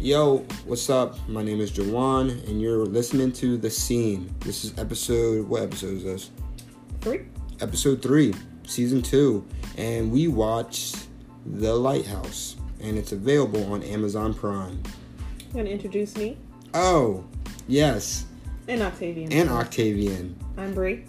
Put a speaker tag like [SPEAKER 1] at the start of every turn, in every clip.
[SPEAKER 1] Yo, what's up? My name is Jawan, and you're listening to The Scene. This is episode, what episode is this?
[SPEAKER 2] Three.
[SPEAKER 1] Episode 3, Season 2. And we watched The Lighthouse, and it's available on Amazon Prime.
[SPEAKER 2] I'm gonna introduce me
[SPEAKER 1] Oh, yes,
[SPEAKER 2] and Octavian.
[SPEAKER 1] and Octavian.
[SPEAKER 2] I'm Brie.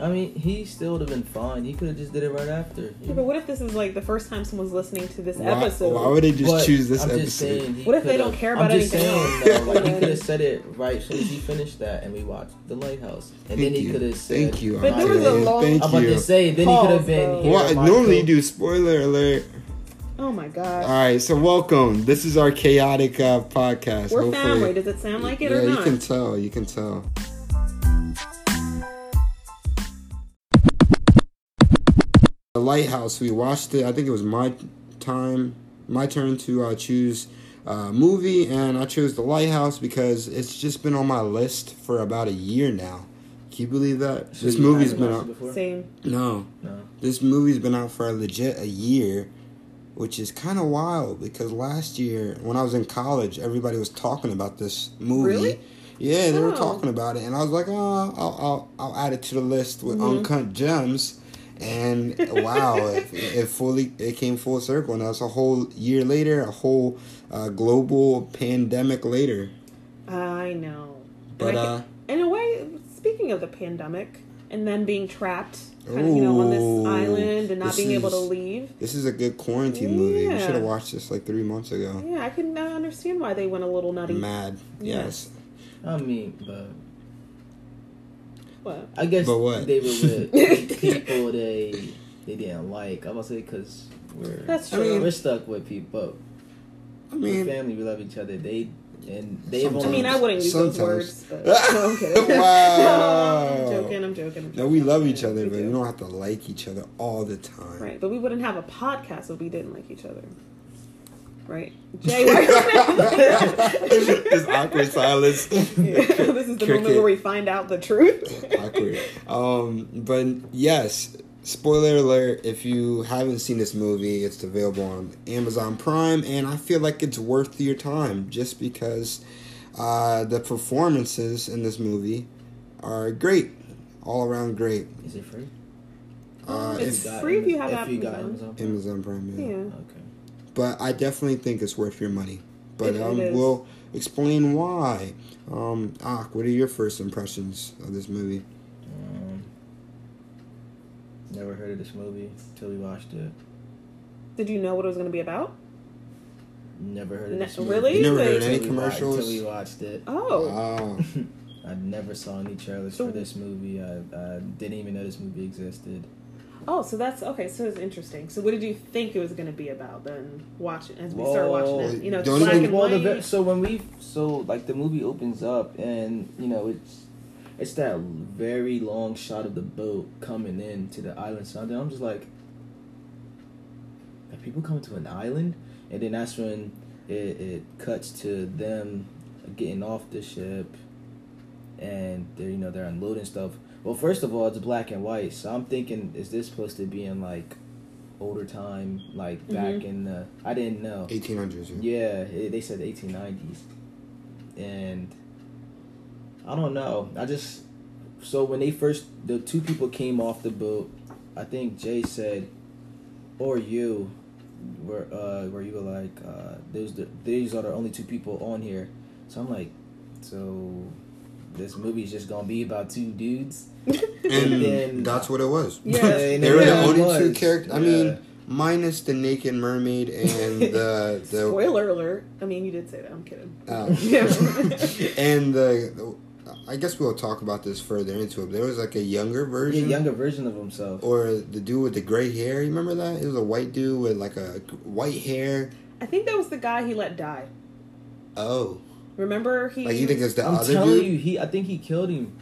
[SPEAKER 3] I mean, he still would have been fine. He could have just did it right after.
[SPEAKER 2] Yeah, but what if this is like the first time someone's listening to this
[SPEAKER 1] Why,
[SPEAKER 2] episode?
[SPEAKER 1] why would they just
[SPEAKER 3] But
[SPEAKER 1] choose this
[SPEAKER 3] I'm
[SPEAKER 1] episode?
[SPEAKER 3] Just saying, he
[SPEAKER 2] What if they
[SPEAKER 3] could've-
[SPEAKER 2] don't care about
[SPEAKER 3] I'm just
[SPEAKER 2] anything
[SPEAKER 3] saying,
[SPEAKER 2] else?
[SPEAKER 3] though, like, he could have said it right as soon as he finished that, and we watched the lighthouse, and
[SPEAKER 1] Thank
[SPEAKER 3] then he
[SPEAKER 1] you.
[SPEAKER 3] could have said,
[SPEAKER 1] Thank you,
[SPEAKER 2] But there was a
[SPEAKER 1] Octavian.
[SPEAKER 2] long-
[SPEAKER 1] Thank
[SPEAKER 3] I'm about
[SPEAKER 1] you.
[SPEAKER 3] to say, then he could
[SPEAKER 2] Pause,
[SPEAKER 3] have been.
[SPEAKER 2] though.
[SPEAKER 3] Here,
[SPEAKER 1] Well, I
[SPEAKER 3] Michael.
[SPEAKER 1] normally you do spoiler alert.
[SPEAKER 2] oh my god.
[SPEAKER 1] All right, so welcome. This is our chaotic uh, podcast.
[SPEAKER 2] We're
[SPEAKER 1] Hopefully-
[SPEAKER 2] family. Does it sound like it
[SPEAKER 1] yeah,
[SPEAKER 2] or
[SPEAKER 1] you
[SPEAKER 2] not?
[SPEAKER 1] can tell. You can tell. The Lighthouse. We watched it. I think it was my time, my turn to uh, choose a movie, and I chose The Lighthouse because it's just been on my list for about a year now. Can you believe that?
[SPEAKER 3] So
[SPEAKER 1] This
[SPEAKER 3] you
[SPEAKER 1] movie's
[SPEAKER 3] haven't
[SPEAKER 1] been
[SPEAKER 3] watched
[SPEAKER 1] out.
[SPEAKER 3] it before?
[SPEAKER 2] Same.
[SPEAKER 1] No,
[SPEAKER 3] No.
[SPEAKER 1] this movie's been out for a legit a year, which is kind of wild because last year when I was in college, everybody was talking about this movie.
[SPEAKER 2] Really?
[SPEAKER 1] Yeah, they were
[SPEAKER 2] Oh.
[SPEAKER 1] talking about it, and I was like, oh, I'll, I'll, I'll add it to the list with
[SPEAKER 2] Mm-hmm.
[SPEAKER 1] Uncut Gems. And wow, it, it fully it came full circle, and that's a whole year later, a whole uh, global pandemic later.
[SPEAKER 2] I know.
[SPEAKER 1] But,
[SPEAKER 2] And I
[SPEAKER 1] uh,
[SPEAKER 2] can- in a way, speaking of the pandemic and then being trapped, kind of, you know, on
[SPEAKER 1] Ooh,
[SPEAKER 2] this island and not
[SPEAKER 1] this
[SPEAKER 2] being able to
[SPEAKER 1] is-
[SPEAKER 2] leave.
[SPEAKER 1] This is a good quarantine movie. We
[SPEAKER 2] Yeah.
[SPEAKER 1] should have watched this like three months ago.
[SPEAKER 2] Yeah, I can uh, understand why they went a little nutty.
[SPEAKER 1] Mad, yes.
[SPEAKER 3] I mean, but
[SPEAKER 2] What?
[SPEAKER 3] I guess
[SPEAKER 1] But what?
[SPEAKER 3] they were with people they they didn't like. I'm gonna say because we're
[SPEAKER 2] That's
[SPEAKER 1] I
[SPEAKER 2] true.
[SPEAKER 1] mean-
[SPEAKER 3] we're stuck with people.
[SPEAKER 1] I
[SPEAKER 3] But
[SPEAKER 1] mean,
[SPEAKER 3] with family, we love each other. They and they
[SPEAKER 1] Sometimes.
[SPEAKER 2] I mean, I wouldn't use those
[SPEAKER 1] Sometimes.
[SPEAKER 2] words. But, no, I'm kidding.
[SPEAKER 1] Wow.
[SPEAKER 2] I'm joking. I'm joking. I'm
[SPEAKER 1] No,
[SPEAKER 2] joking.
[SPEAKER 1] we love each other,
[SPEAKER 2] We
[SPEAKER 1] but
[SPEAKER 2] do.
[SPEAKER 1] we don't have to like each other all the time.
[SPEAKER 2] Right, but we wouldn't have a podcast if we didn't like each other. Right? Jay, why are you laughing?
[SPEAKER 1] it's awkward silence.
[SPEAKER 2] Yeah, this is the moment
[SPEAKER 1] Cricket.
[SPEAKER 2] where we find out the truth.
[SPEAKER 1] awkward. Um, but yes, spoiler alert: if you haven't seen this movie, it's available on Amazon Prime, and I feel like it's worth your time just because uh, the performances in this movie are great, all around great.
[SPEAKER 3] Is it free?
[SPEAKER 1] Uh,
[SPEAKER 2] Oh, It's
[SPEAKER 1] if-
[SPEAKER 3] got
[SPEAKER 2] free if you have
[SPEAKER 3] If you got
[SPEAKER 2] Amazon.
[SPEAKER 3] Amazon.
[SPEAKER 1] Amazon Prime, yeah.
[SPEAKER 2] Yeah.
[SPEAKER 3] Okay.
[SPEAKER 1] but I definitely think it's worth your money. But
[SPEAKER 2] It- it
[SPEAKER 1] um,
[SPEAKER 2] is.
[SPEAKER 1] we'll explain why. Um, Ak, what are your first impressions of this movie?
[SPEAKER 3] Um, never heard of this movie until we watched it.
[SPEAKER 2] Did you know what it was going to be about?
[SPEAKER 3] Never heard of
[SPEAKER 2] Ne-
[SPEAKER 3] this movie.
[SPEAKER 2] really?
[SPEAKER 1] You never
[SPEAKER 2] Like-
[SPEAKER 1] heard
[SPEAKER 3] Till
[SPEAKER 1] any
[SPEAKER 3] we wa- Till we
[SPEAKER 1] commercials?
[SPEAKER 3] watched it.
[SPEAKER 2] Oh.
[SPEAKER 1] Wow.
[SPEAKER 3] I never saw any trailers
[SPEAKER 2] So-
[SPEAKER 3] for this movie. I, I didn't even know this movie existed.
[SPEAKER 2] Oh, so that's okay. So it's interesting. So what did you think it was going to be about then? Watching as we start watching it, you know, it's
[SPEAKER 1] Don't
[SPEAKER 2] black
[SPEAKER 1] even-
[SPEAKER 2] and
[SPEAKER 3] well,
[SPEAKER 2] white.
[SPEAKER 3] the ve- so when we so like the movie opens up and you know it's it's that very long shot of the boat coming in to the island. So I'm just like, are people coming to an island? And then that's when it, it cuts to them getting off the ship, and they're you know they're unloading stuff. Well, first of all, it's black and white, so I'm thinking, is this supposed to be in like older time, like back
[SPEAKER 2] Mhm.
[SPEAKER 3] in the? I didn't know.
[SPEAKER 1] 1800s. Yeah.
[SPEAKER 3] Yeah, it, they said 1890s, and I don't know. I just so when they first the two people came off the boat, I think Jay said, or you, were uh where you were like uh those the, these are the only two people on here. So I'm like, so this movie's just gonna be about two dudes.
[SPEAKER 1] And
[SPEAKER 3] then-
[SPEAKER 1] that's what it was.
[SPEAKER 2] Yeah.
[SPEAKER 3] And
[SPEAKER 1] they were the
[SPEAKER 2] Yeah.
[SPEAKER 3] it
[SPEAKER 1] only two
[SPEAKER 3] was.
[SPEAKER 1] characters. I
[SPEAKER 3] Yeah.
[SPEAKER 1] mean, minus the naked mermaid and the the
[SPEAKER 2] Spoiler alert. I mean, you did say that. I'm kidding.
[SPEAKER 1] Oh.
[SPEAKER 2] Yeah.
[SPEAKER 1] and the. I guess we'll talk about this further into it. But there was like a younger
[SPEAKER 3] Yeah,
[SPEAKER 1] version. Oh,
[SPEAKER 3] younger version of himself.
[SPEAKER 1] or the dude with the gray hair. You remember that? It was a white dude with like a g- white hair.
[SPEAKER 2] I think that was the guy he let die.
[SPEAKER 1] Oh,
[SPEAKER 2] Remember he
[SPEAKER 1] like you think it's the
[SPEAKER 3] I'm
[SPEAKER 1] other
[SPEAKER 3] telling
[SPEAKER 1] dude?
[SPEAKER 3] you, he I think he killed him.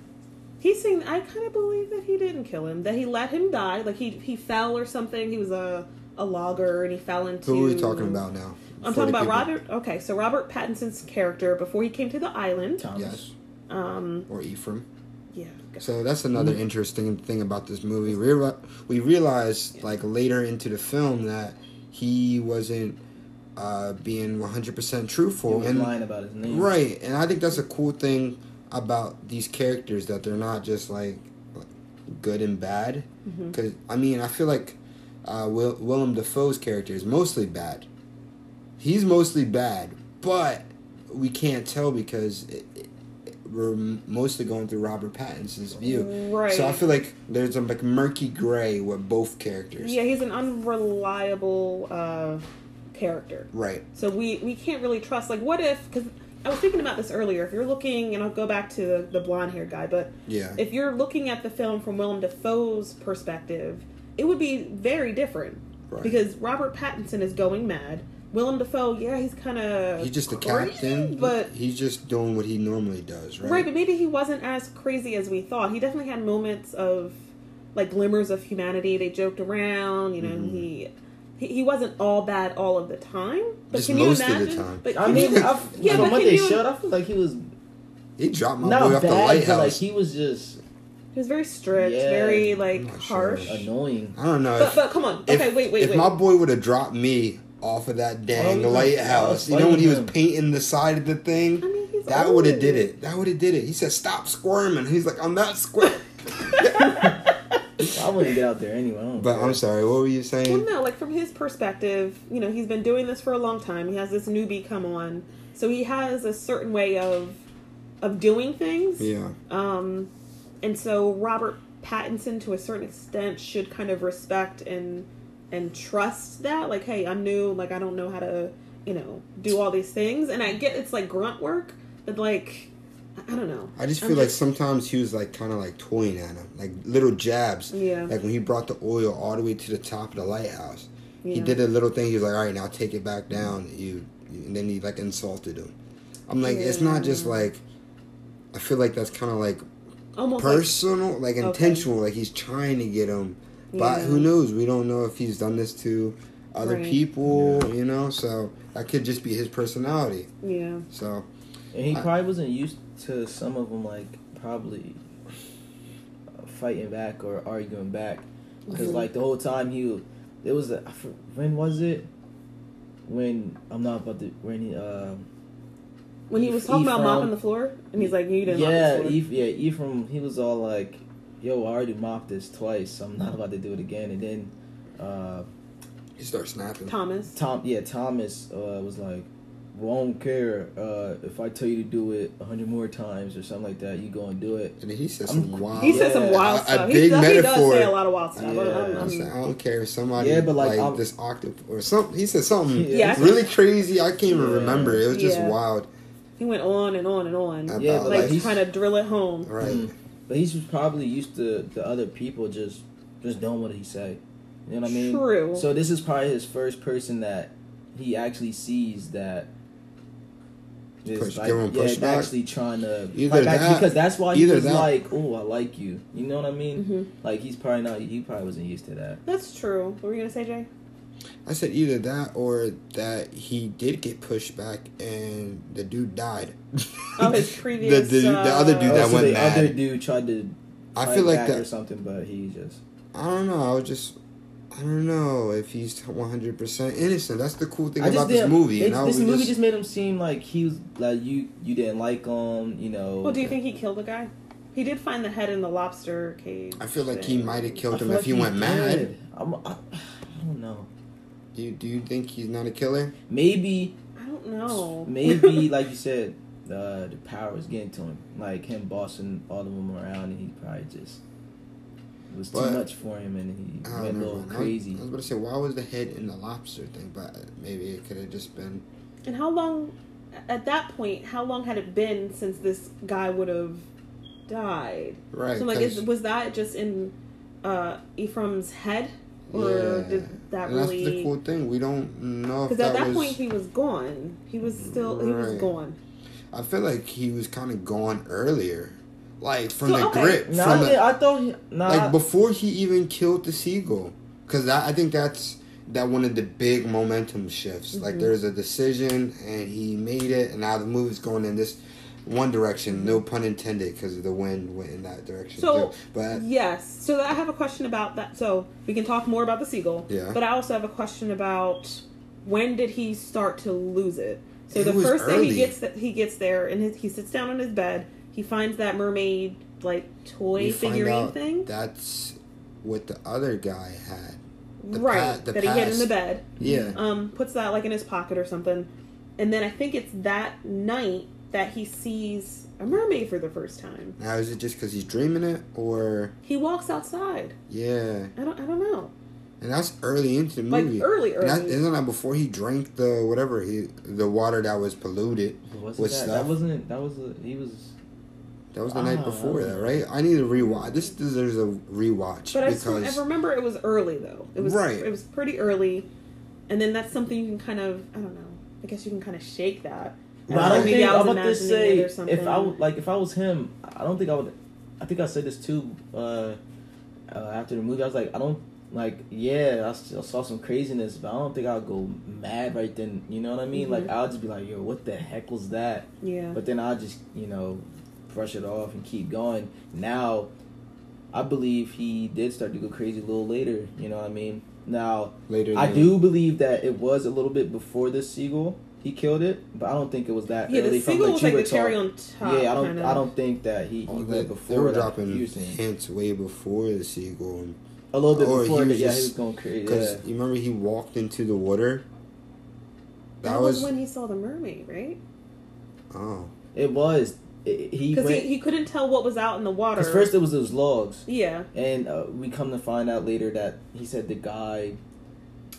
[SPEAKER 2] He's saying I kind of believe that he didn't kill him, that he let him die, like he he fell or something. He was a a logger and he fell into.
[SPEAKER 1] Who are we talking about now?
[SPEAKER 2] I'm
[SPEAKER 1] For
[SPEAKER 2] talking
[SPEAKER 1] the
[SPEAKER 2] about
[SPEAKER 1] people.
[SPEAKER 2] Robert. Okay, so Robert Pattinson's character before he came to the island.
[SPEAKER 3] Thomas.
[SPEAKER 1] Yes,
[SPEAKER 2] Um,
[SPEAKER 1] or Ephraim.
[SPEAKER 2] yeah. God.
[SPEAKER 1] So that's another
[SPEAKER 3] Mm-hmm.
[SPEAKER 1] interesting thing about this movie. We reali- we realized like later into the film that he wasn't uh, being 100% truthful
[SPEAKER 3] He was
[SPEAKER 1] and
[SPEAKER 3] lying about his name.
[SPEAKER 1] right and i think that's a cool thing about these characters that they're not just like good and bad
[SPEAKER 2] Mm-hmm.
[SPEAKER 1] because i mean i feel like uh, Will- willem dafoe's character is mostly bad he's mostly bad but we can't tell because it, it, we're mostly going through robert pattinson's view
[SPEAKER 2] Right.
[SPEAKER 1] so i feel like there's a like murky gray with both characters
[SPEAKER 2] Yeah, he's an unreliable uh, character.
[SPEAKER 1] right
[SPEAKER 2] So we we can't really trust. Like, what if? Because I was thinking about this earlier. If you're looking, and I'll go back to the, the blonde haired guy, but
[SPEAKER 1] yeah
[SPEAKER 2] if you're looking at the film from Willem Dafoe's perspective, it would be very different
[SPEAKER 1] Right.
[SPEAKER 2] because Robert Pattinson is going mad. Willem Dafoe, yeah, he's kind of
[SPEAKER 1] he's just the captain
[SPEAKER 2] but
[SPEAKER 1] he's just doing what he normally does
[SPEAKER 2] Right, but maybe he wasn't as crazy as we thought. He definitely had moments of like glimmers of humanity. They joked around, you know.
[SPEAKER 1] Mhm.
[SPEAKER 2] He, he he wasn't all bad all of the time. But
[SPEAKER 1] Just
[SPEAKER 2] can you
[SPEAKER 1] most of the
[SPEAKER 2] imagine?
[SPEAKER 1] time.
[SPEAKER 2] But
[SPEAKER 3] I
[SPEAKER 2] can
[SPEAKER 3] mean,
[SPEAKER 2] you-
[SPEAKER 3] I,
[SPEAKER 2] Yeah,
[SPEAKER 3] from
[SPEAKER 2] but
[SPEAKER 3] what
[SPEAKER 2] can
[SPEAKER 3] they
[SPEAKER 2] you-
[SPEAKER 3] showed, I feel like he was
[SPEAKER 1] He dropped my boy
[SPEAKER 3] not
[SPEAKER 1] off the
[SPEAKER 3] bad, but like
[SPEAKER 1] lighthouse.
[SPEAKER 3] he was just
[SPEAKER 2] he was very strict,
[SPEAKER 3] Yeah.
[SPEAKER 2] very
[SPEAKER 1] I'm
[SPEAKER 2] like
[SPEAKER 1] not sure.
[SPEAKER 2] harsh.
[SPEAKER 3] annoying.
[SPEAKER 1] I don't know.
[SPEAKER 2] But
[SPEAKER 1] if-
[SPEAKER 2] but come on,
[SPEAKER 1] if-
[SPEAKER 2] okay, wait, wait,
[SPEAKER 1] If
[SPEAKER 2] wait.
[SPEAKER 1] my boy would have dropped me off of that dang
[SPEAKER 3] Oh, yeah. I
[SPEAKER 1] lighthouse,
[SPEAKER 3] was
[SPEAKER 1] you know when he was
[SPEAKER 3] fighting him.
[SPEAKER 1] painting the side of the thing,
[SPEAKER 2] I mean, he's
[SPEAKER 1] that
[SPEAKER 2] old.
[SPEAKER 1] would have did it. That would have did it. He said, "Stop squirming." He's like, "I'm not squirming."
[SPEAKER 3] I wouldn't get out there anyway. I don't
[SPEAKER 1] but
[SPEAKER 3] care.
[SPEAKER 1] I'm sorry. What were you
[SPEAKER 2] Well,
[SPEAKER 1] saying?
[SPEAKER 2] no, like from his perspective, you know, he's been doing this for a long time. He has this newbie come on, so he has a certain way of of doing things.
[SPEAKER 1] Yeah.
[SPEAKER 2] Um, and so Robert Pattinson, to a certain extent, should kind of respect and and trust that. Like, hey, I'm new. Like, I don't know how to, you know, do all these things. And I get it's like grunt work, but like, I I don't know.
[SPEAKER 1] I just
[SPEAKER 2] I'm
[SPEAKER 1] feel like sometimes he was like kind of like toying at him, like little jabs.
[SPEAKER 2] Yeah.
[SPEAKER 1] Like when he brought the oil all the way to the top of the lighthouse, he
[SPEAKER 2] Yeah.
[SPEAKER 1] did a little thing. He was like, "All right, now take it back down." You, and then he like insulted him. I'm like, it's not just
[SPEAKER 2] Yeah.
[SPEAKER 1] like. I feel like that's kind of like
[SPEAKER 2] almost like-
[SPEAKER 1] personal, like, intentional. Like he's trying to get him, but
[SPEAKER 2] Yeah.
[SPEAKER 1] who knows? We don't know if he's done this to other
[SPEAKER 2] Right.
[SPEAKER 1] people. You know, so that could just be his personality.
[SPEAKER 2] yeah.
[SPEAKER 1] So
[SPEAKER 3] And he
[SPEAKER 1] I-
[SPEAKER 3] probably wasn't used to some of them, like probably uh, fighting back or arguing back, because
[SPEAKER 2] Mhm.
[SPEAKER 3] like the whole time he, was- it was a, I for- when was it? When I'm not about to when he, uh,
[SPEAKER 2] When he was talking about
[SPEAKER 3] Ephraim-
[SPEAKER 2] mopping the floor, and he's like, "You didn't."
[SPEAKER 3] yeah,
[SPEAKER 2] mop the floor.
[SPEAKER 3] Eph, yeah, Ephraim, he was all like, "Yo, I already mopped this twice. I'm not about to do it again." And then, uh,
[SPEAKER 1] he starts snapping.
[SPEAKER 2] Thomas.
[SPEAKER 3] Tom, yeah, Thomas uh, was like, "Well, I don't care uh, if I tell you to do it a hundred more times or something like that. You go and do it."
[SPEAKER 1] And he says
[SPEAKER 3] I'm-
[SPEAKER 1] some wild.
[SPEAKER 2] He said
[SPEAKER 3] Yeah,
[SPEAKER 2] some wild
[SPEAKER 1] a- a
[SPEAKER 2] stuff. he,
[SPEAKER 1] big
[SPEAKER 2] does, he does
[SPEAKER 1] metaphor.
[SPEAKER 2] say a lot of wild stuff. I'm-
[SPEAKER 3] Yeah.
[SPEAKER 2] I'm-
[SPEAKER 1] I'm
[SPEAKER 2] I'm-
[SPEAKER 1] saying, I don't care if somebody
[SPEAKER 3] Yeah,
[SPEAKER 1] but
[SPEAKER 3] but, like,
[SPEAKER 1] like,
[SPEAKER 3] I'm-
[SPEAKER 1] this octave or something. He said something
[SPEAKER 3] Yeah,
[SPEAKER 2] I think-
[SPEAKER 1] really crazy. I can't even
[SPEAKER 3] Yeah.
[SPEAKER 1] remember. It was just
[SPEAKER 2] Yeah.
[SPEAKER 1] wild.
[SPEAKER 2] he went on and on and on,
[SPEAKER 1] About,
[SPEAKER 3] Yeah, but
[SPEAKER 2] like,
[SPEAKER 3] like, he's-
[SPEAKER 2] trying to drill it home.
[SPEAKER 1] right.
[SPEAKER 3] Mm. But he's just probably used to the other people just just doing what he say. You know what I mean?
[SPEAKER 2] True.
[SPEAKER 3] So this is probably his first person that he actually sees that is
[SPEAKER 1] Push- give him
[SPEAKER 3] yeah,
[SPEAKER 1] pushback?
[SPEAKER 3] actually trying to
[SPEAKER 1] Either
[SPEAKER 3] like,
[SPEAKER 1] that-
[SPEAKER 3] because that's why
[SPEAKER 1] either
[SPEAKER 3] he's
[SPEAKER 1] that-
[SPEAKER 3] like, oh, I like you. You know what I mean?
[SPEAKER 2] Mhm.
[SPEAKER 3] Like he's probably not. He probably wasn't used to that.
[SPEAKER 2] That's true. What were you gonna say, Jay?
[SPEAKER 1] I said either that or that he did get pushed back and the dude died.
[SPEAKER 2] Oh, his previous,
[SPEAKER 1] The, the, the other dude
[SPEAKER 2] uh,
[SPEAKER 1] that
[SPEAKER 3] Also,
[SPEAKER 1] went
[SPEAKER 3] Oh, the
[SPEAKER 1] mad.
[SPEAKER 3] other dude tried to.
[SPEAKER 1] I
[SPEAKER 3] fight
[SPEAKER 1] feel like
[SPEAKER 3] back or
[SPEAKER 1] that.
[SPEAKER 3] something, but he just
[SPEAKER 1] I don't know. I was just. I don't know if he's 100% innocent. That's the cool thing
[SPEAKER 3] I just
[SPEAKER 1] about this
[SPEAKER 3] didn't-
[SPEAKER 1] movie.
[SPEAKER 3] it-
[SPEAKER 1] and I
[SPEAKER 3] this
[SPEAKER 1] was
[SPEAKER 3] movie
[SPEAKER 1] just-
[SPEAKER 3] just made him seem like he was like you. You didn't like him, you know.
[SPEAKER 2] Well, do you think he killed the guy? He did find the head in the lobster cage.
[SPEAKER 1] I feel like he
[SPEAKER 2] thing.
[SPEAKER 1] might have killed
[SPEAKER 3] I
[SPEAKER 1] him
[SPEAKER 3] feel
[SPEAKER 1] if he,
[SPEAKER 3] like
[SPEAKER 1] went mad.
[SPEAKER 3] did. I'm, I, I don't know.
[SPEAKER 1] Do you, do you think he's not a killer?
[SPEAKER 3] Maybe,
[SPEAKER 2] I don't know.
[SPEAKER 3] maybe like you said, uh, the power is getting to him. Like him bossing all of them around, and he probably just it was too
[SPEAKER 1] But-
[SPEAKER 3] much for him, and
[SPEAKER 1] I
[SPEAKER 3] he
[SPEAKER 1] don't
[SPEAKER 3] went a
[SPEAKER 1] know.
[SPEAKER 3] little
[SPEAKER 1] man. I was- I
[SPEAKER 3] crazy.
[SPEAKER 1] was, about to say, why was the head in the lobster thing? But uh, maybe it could have just been.
[SPEAKER 2] and how long? At that point, how long had it been since this guy would have died?
[SPEAKER 1] Right.
[SPEAKER 2] so, like,
[SPEAKER 1] 'cause-
[SPEAKER 2] is, was that just in uh, Ephraim's head, or
[SPEAKER 1] Yeah.
[SPEAKER 2] did that
[SPEAKER 1] and
[SPEAKER 2] really?
[SPEAKER 1] That's the cool thing. We don't know if
[SPEAKER 2] Because
[SPEAKER 1] that,
[SPEAKER 2] at that
[SPEAKER 1] was.
[SPEAKER 2] point he was gone. He was still he was
[SPEAKER 1] Right.
[SPEAKER 2] gone.
[SPEAKER 1] I feel like he was kind of gone earlier, like from
[SPEAKER 2] So,
[SPEAKER 1] the
[SPEAKER 2] okay. uh,
[SPEAKER 1] grip,
[SPEAKER 3] No,
[SPEAKER 1] from
[SPEAKER 3] I,
[SPEAKER 1] the,
[SPEAKER 3] think- I thought he, nah,
[SPEAKER 1] like before he even killed the seagull. Because I think that's that one of the big momentum shifts. Like
[SPEAKER 2] Mhm.
[SPEAKER 1] there's a decision and he made it, and now the movie's going in this one direction. No pun intended, because the wind went in that direction
[SPEAKER 2] Mm-hmm. So-
[SPEAKER 1] too. But
[SPEAKER 2] Yes. So I have a question about that. So we can talk more about the seagull.
[SPEAKER 1] Yeah.
[SPEAKER 2] But I also have a question about when did he start to lose it? So
[SPEAKER 1] It
[SPEAKER 2] the
[SPEAKER 1] was
[SPEAKER 2] first day
[SPEAKER 1] early.
[SPEAKER 2] he gets th- he gets there and his, he sits down on his bed. He finds that mermaid like toy
[SPEAKER 1] We find
[SPEAKER 2] figurine
[SPEAKER 1] out
[SPEAKER 2] thing,
[SPEAKER 1] That's what the other guy had. the
[SPEAKER 2] right?
[SPEAKER 1] pa- the
[SPEAKER 2] that he had in the
[SPEAKER 1] past.
[SPEAKER 2] bed.
[SPEAKER 1] Yeah.
[SPEAKER 2] Um, puts that like in his pocket or something, and then I think it's that night that he sees a mermaid for the first time.
[SPEAKER 1] Now is it just because he's dreaming it, or
[SPEAKER 2] He walks outside.
[SPEAKER 1] yeah?
[SPEAKER 2] I don't I don't know.
[SPEAKER 1] And that's early into the
[SPEAKER 2] Like,
[SPEAKER 1] movie.
[SPEAKER 2] early,
[SPEAKER 1] And that-
[SPEAKER 2] early.
[SPEAKER 1] isn't that before he drank the whatever he the water that was polluted?
[SPEAKER 3] What's
[SPEAKER 1] With
[SPEAKER 3] that?
[SPEAKER 1] stuff.
[SPEAKER 3] That wasn't. That was. A, he was.
[SPEAKER 1] That was the
[SPEAKER 3] Ah,
[SPEAKER 1] night before
[SPEAKER 3] okay.
[SPEAKER 1] that, right? I need to rewatch. This deserves a rewatch
[SPEAKER 2] But I, just,
[SPEAKER 1] because
[SPEAKER 2] I remember it was early though. It was
[SPEAKER 1] Right.
[SPEAKER 2] It was pretty early, and then that's something you can kind of I don't know. I guess you can kind of shake that.
[SPEAKER 3] But I
[SPEAKER 1] I
[SPEAKER 3] don't
[SPEAKER 1] think
[SPEAKER 3] think
[SPEAKER 2] I was
[SPEAKER 3] I'm about to
[SPEAKER 2] imagining
[SPEAKER 3] say
[SPEAKER 2] it or something.
[SPEAKER 3] if I would- like if I was him, I don't think I would. I think I said this too uh, uh, after the movie. I was like, I don't like. Yeah, I, s- I saw some craziness, but I don't think I'll go mad right then. You know what I mean? Like
[SPEAKER 2] Mhm.
[SPEAKER 3] I'll just be like, Yo, what the heck was that?
[SPEAKER 2] yeah,
[SPEAKER 3] But then I'll just you know brush it off and keep going. Now, I believe he did start to go crazy a little later. You know what I mean? Now.
[SPEAKER 1] later.
[SPEAKER 3] I
[SPEAKER 1] than-
[SPEAKER 3] do believe that it was a little bit before the seagull. He killed it, but I don't think it was that
[SPEAKER 2] yeah.
[SPEAKER 3] early.
[SPEAKER 2] The
[SPEAKER 3] from
[SPEAKER 2] single was
[SPEAKER 3] you
[SPEAKER 2] like the
[SPEAKER 3] were
[SPEAKER 2] cherry
[SPEAKER 3] talking-
[SPEAKER 2] on top.
[SPEAKER 3] Yeah, I don't.
[SPEAKER 2] kind of.
[SPEAKER 3] I don't think that he, he
[SPEAKER 1] Oh,
[SPEAKER 3] went
[SPEAKER 1] they,
[SPEAKER 3] before.
[SPEAKER 1] they were
[SPEAKER 3] that.
[SPEAKER 1] dropping
[SPEAKER 3] He was in-
[SPEAKER 1] hints way before the seagull
[SPEAKER 3] a little bit
[SPEAKER 1] or
[SPEAKER 3] before.
[SPEAKER 1] he
[SPEAKER 3] that,
[SPEAKER 1] was
[SPEAKER 3] yeah, he
[SPEAKER 1] just-
[SPEAKER 3] was going crazy.
[SPEAKER 1] because
[SPEAKER 3] Yeah.
[SPEAKER 1] you remember he walked into the water.
[SPEAKER 2] That, was, when he saw the mermaid, right?
[SPEAKER 1] oh
[SPEAKER 3] It was. It, he
[SPEAKER 2] Because he,
[SPEAKER 3] went.
[SPEAKER 2] he couldn't tell what was out in the water.
[SPEAKER 3] Because first it was those logs,
[SPEAKER 2] yeah.
[SPEAKER 3] and uh, we come to find out later that he said the guy,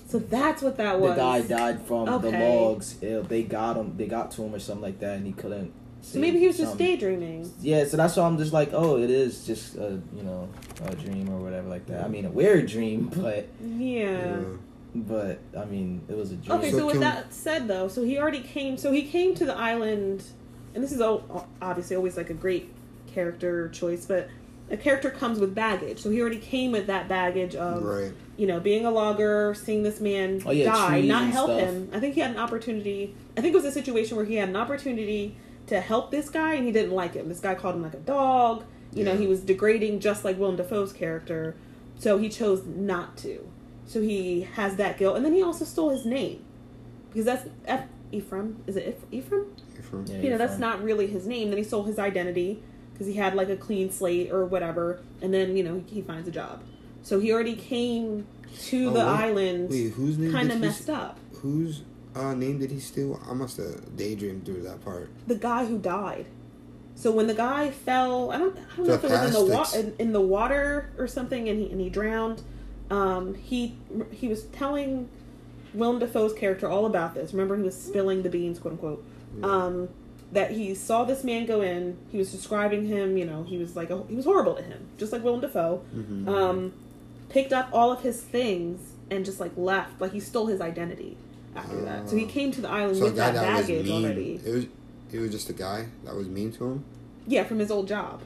[SPEAKER 2] So that's what that
[SPEAKER 3] the
[SPEAKER 2] was.
[SPEAKER 3] guy died from the
[SPEAKER 2] Okay.
[SPEAKER 3] logs. Yeah, they got him. They got to him or something like that, and he couldn't.
[SPEAKER 2] So maybe he was just
[SPEAKER 3] something.
[SPEAKER 2] daydreaming.
[SPEAKER 3] Yeah, so that's why I'm just like, oh, it is just a you know a dream or whatever like that. I mean, a weird dream, but
[SPEAKER 2] Yeah.
[SPEAKER 3] but I mean, it was a dream.
[SPEAKER 2] Okay,
[SPEAKER 1] So
[SPEAKER 2] so, with
[SPEAKER 1] can-
[SPEAKER 2] that said, though, so he already came. So he came to the island, and this is al- obviously always like a great character choice, but a character comes with baggage. So he already came with that baggage of
[SPEAKER 1] right.
[SPEAKER 2] you know being a logger, seeing this man
[SPEAKER 3] Oh, yeah,
[SPEAKER 2] die,
[SPEAKER 3] trees
[SPEAKER 2] not
[SPEAKER 3] and
[SPEAKER 2] help
[SPEAKER 3] stuff.
[SPEAKER 2] him. I think he had an opportunity. I think it was a situation where he had an opportunity to help this guy, and he didn't like him. This guy called him like a dog. You know,
[SPEAKER 1] Yeah.
[SPEAKER 2] he was degrading, just like Willem Dafoe's character. So he chose not to. So he has that guilt, and then he also stole his name because that's Eph- Ephraim. Is it Eph- Ephraim?
[SPEAKER 1] From-
[SPEAKER 3] Yeah,
[SPEAKER 2] you know,
[SPEAKER 3] you're
[SPEAKER 2] that's
[SPEAKER 3] fine.
[SPEAKER 2] not really his name. Then he stole his identity because he had like a clean slate or whatever, and then you know he, he finds a job. So he already came to
[SPEAKER 1] Oh,
[SPEAKER 2] the
[SPEAKER 1] wait,
[SPEAKER 2] island
[SPEAKER 1] Wait, whose name?
[SPEAKER 2] kind
[SPEAKER 1] did
[SPEAKER 2] of
[SPEAKER 1] he
[SPEAKER 2] messed up.
[SPEAKER 1] s- Whose uh, name did he steal? I must have daydreamed through that part.
[SPEAKER 2] The guy who died. So when the guy fell, I don't, I don't
[SPEAKER 1] The
[SPEAKER 2] know if it was in the
[SPEAKER 1] plastics.
[SPEAKER 2] water, in, in the water or something, and he and he drowned. Um, he he was telling Willem Dafoe's character all about this. Remember, he was spilling the beans, quote unquote. Um, that he saw this man go in. He was describing him. You know, he was like a, he was horrible to him, just like Willem Dafoe.
[SPEAKER 3] Mm-hmm.
[SPEAKER 1] Mhm.
[SPEAKER 2] Um, picked up all of his things and just like left. Like he stole his identity after that. So he
[SPEAKER 1] Ah.
[SPEAKER 2] came to the island
[SPEAKER 1] so a
[SPEAKER 2] with
[SPEAKER 1] guy
[SPEAKER 2] that,
[SPEAKER 1] that was
[SPEAKER 2] baggage
[SPEAKER 1] mean.
[SPEAKER 2] already.
[SPEAKER 1] It was. It was just a guy that was mean to him.
[SPEAKER 2] Yeah, from his old job.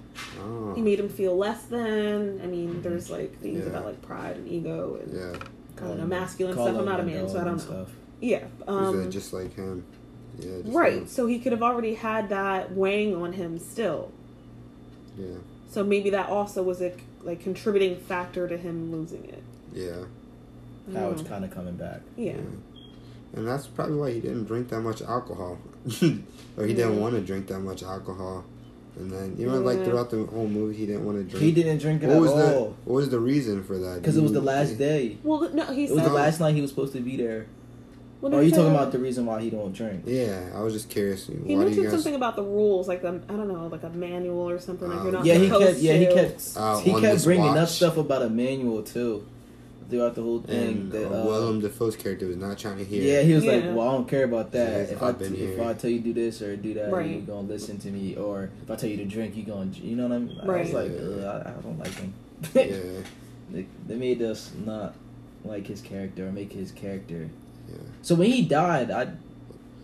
[SPEAKER 1] Oh.
[SPEAKER 2] He made him feel less than. I mean, there's like things
[SPEAKER 1] Mm-hmm. Yeah.
[SPEAKER 2] about like pride and ego and
[SPEAKER 1] yeah.
[SPEAKER 2] I don't know, masculine stuff. I'm not a man, so I don't know. yeah.
[SPEAKER 1] Was it
[SPEAKER 2] Um,
[SPEAKER 1] just like him? Yeah. Just
[SPEAKER 2] right.
[SPEAKER 1] him.
[SPEAKER 2] So he could have already had that weighing on him still.
[SPEAKER 1] Yeah.
[SPEAKER 2] So maybe that also was a like contributing factor to him losing it.
[SPEAKER 1] Yeah.
[SPEAKER 2] I
[SPEAKER 3] Now
[SPEAKER 2] don't
[SPEAKER 3] it's
[SPEAKER 2] know.
[SPEAKER 3] kind of coming back.
[SPEAKER 2] yeah.
[SPEAKER 1] And that's probably why he didn't drink that much alcohol, or he didn't
[SPEAKER 2] Yeah.
[SPEAKER 1] want to drink that much alcohol. And then you know, like
[SPEAKER 2] Yeah.
[SPEAKER 1] throughout the whole movie, he didn't want to drink.
[SPEAKER 3] He didn't drink it
[SPEAKER 1] What
[SPEAKER 3] at
[SPEAKER 1] was the
[SPEAKER 3] all
[SPEAKER 1] What was the reason for that?
[SPEAKER 3] because it was the last day.
[SPEAKER 2] Well, th- no, he
[SPEAKER 3] It was the
[SPEAKER 2] said.
[SPEAKER 1] No.
[SPEAKER 3] last night he was supposed to be there.
[SPEAKER 2] well,
[SPEAKER 3] Or
[SPEAKER 2] no,
[SPEAKER 3] are
[SPEAKER 2] he
[SPEAKER 3] you talking
[SPEAKER 2] said-
[SPEAKER 3] about the reason why he don't drink?
[SPEAKER 1] Yeah, I was just curious.
[SPEAKER 2] He
[SPEAKER 1] why do
[SPEAKER 2] mentioned
[SPEAKER 1] you guys?
[SPEAKER 2] something about the rules, like the, I don't know, like a manual or something. Like you're
[SPEAKER 1] Oh.
[SPEAKER 2] not
[SPEAKER 3] Yeah, he
[SPEAKER 2] supposed
[SPEAKER 3] kept. Yeah, he
[SPEAKER 2] to.
[SPEAKER 3] kept.
[SPEAKER 1] Uh,
[SPEAKER 3] he
[SPEAKER 1] on
[SPEAKER 3] kept
[SPEAKER 1] his
[SPEAKER 3] bringing up
[SPEAKER 1] watch.
[SPEAKER 3] stuff about a manual too, throughout the whole thing.
[SPEAKER 1] And
[SPEAKER 3] that,
[SPEAKER 1] uh,
[SPEAKER 3] uh,
[SPEAKER 1] Willem Dafoe's character was not trying to hear.
[SPEAKER 3] Yeah, he was like,
[SPEAKER 2] Yeah.
[SPEAKER 3] "Well, I don't care about that.
[SPEAKER 1] Yeah,
[SPEAKER 3] if I
[SPEAKER 1] I've been
[SPEAKER 3] if
[SPEAKER 1] here.
[SPEAKER 3] I tell you do this or do that,
[SPEAKER 2] Right.
[SPEAKER 3] you're gonna listen to me. Or if I tell you to drink, you gonna you know what I mean? I was
[SPEAKER 2] Right.
[SPEAKER 3] like, Ugh, I, I don't like him.
[SPEAKER 1] yeah,
[SPEAKER 3] they, they made us not like his character or make his character.
[SPEAKER 1] yeah.
[SPEAKER 3] So when he died, I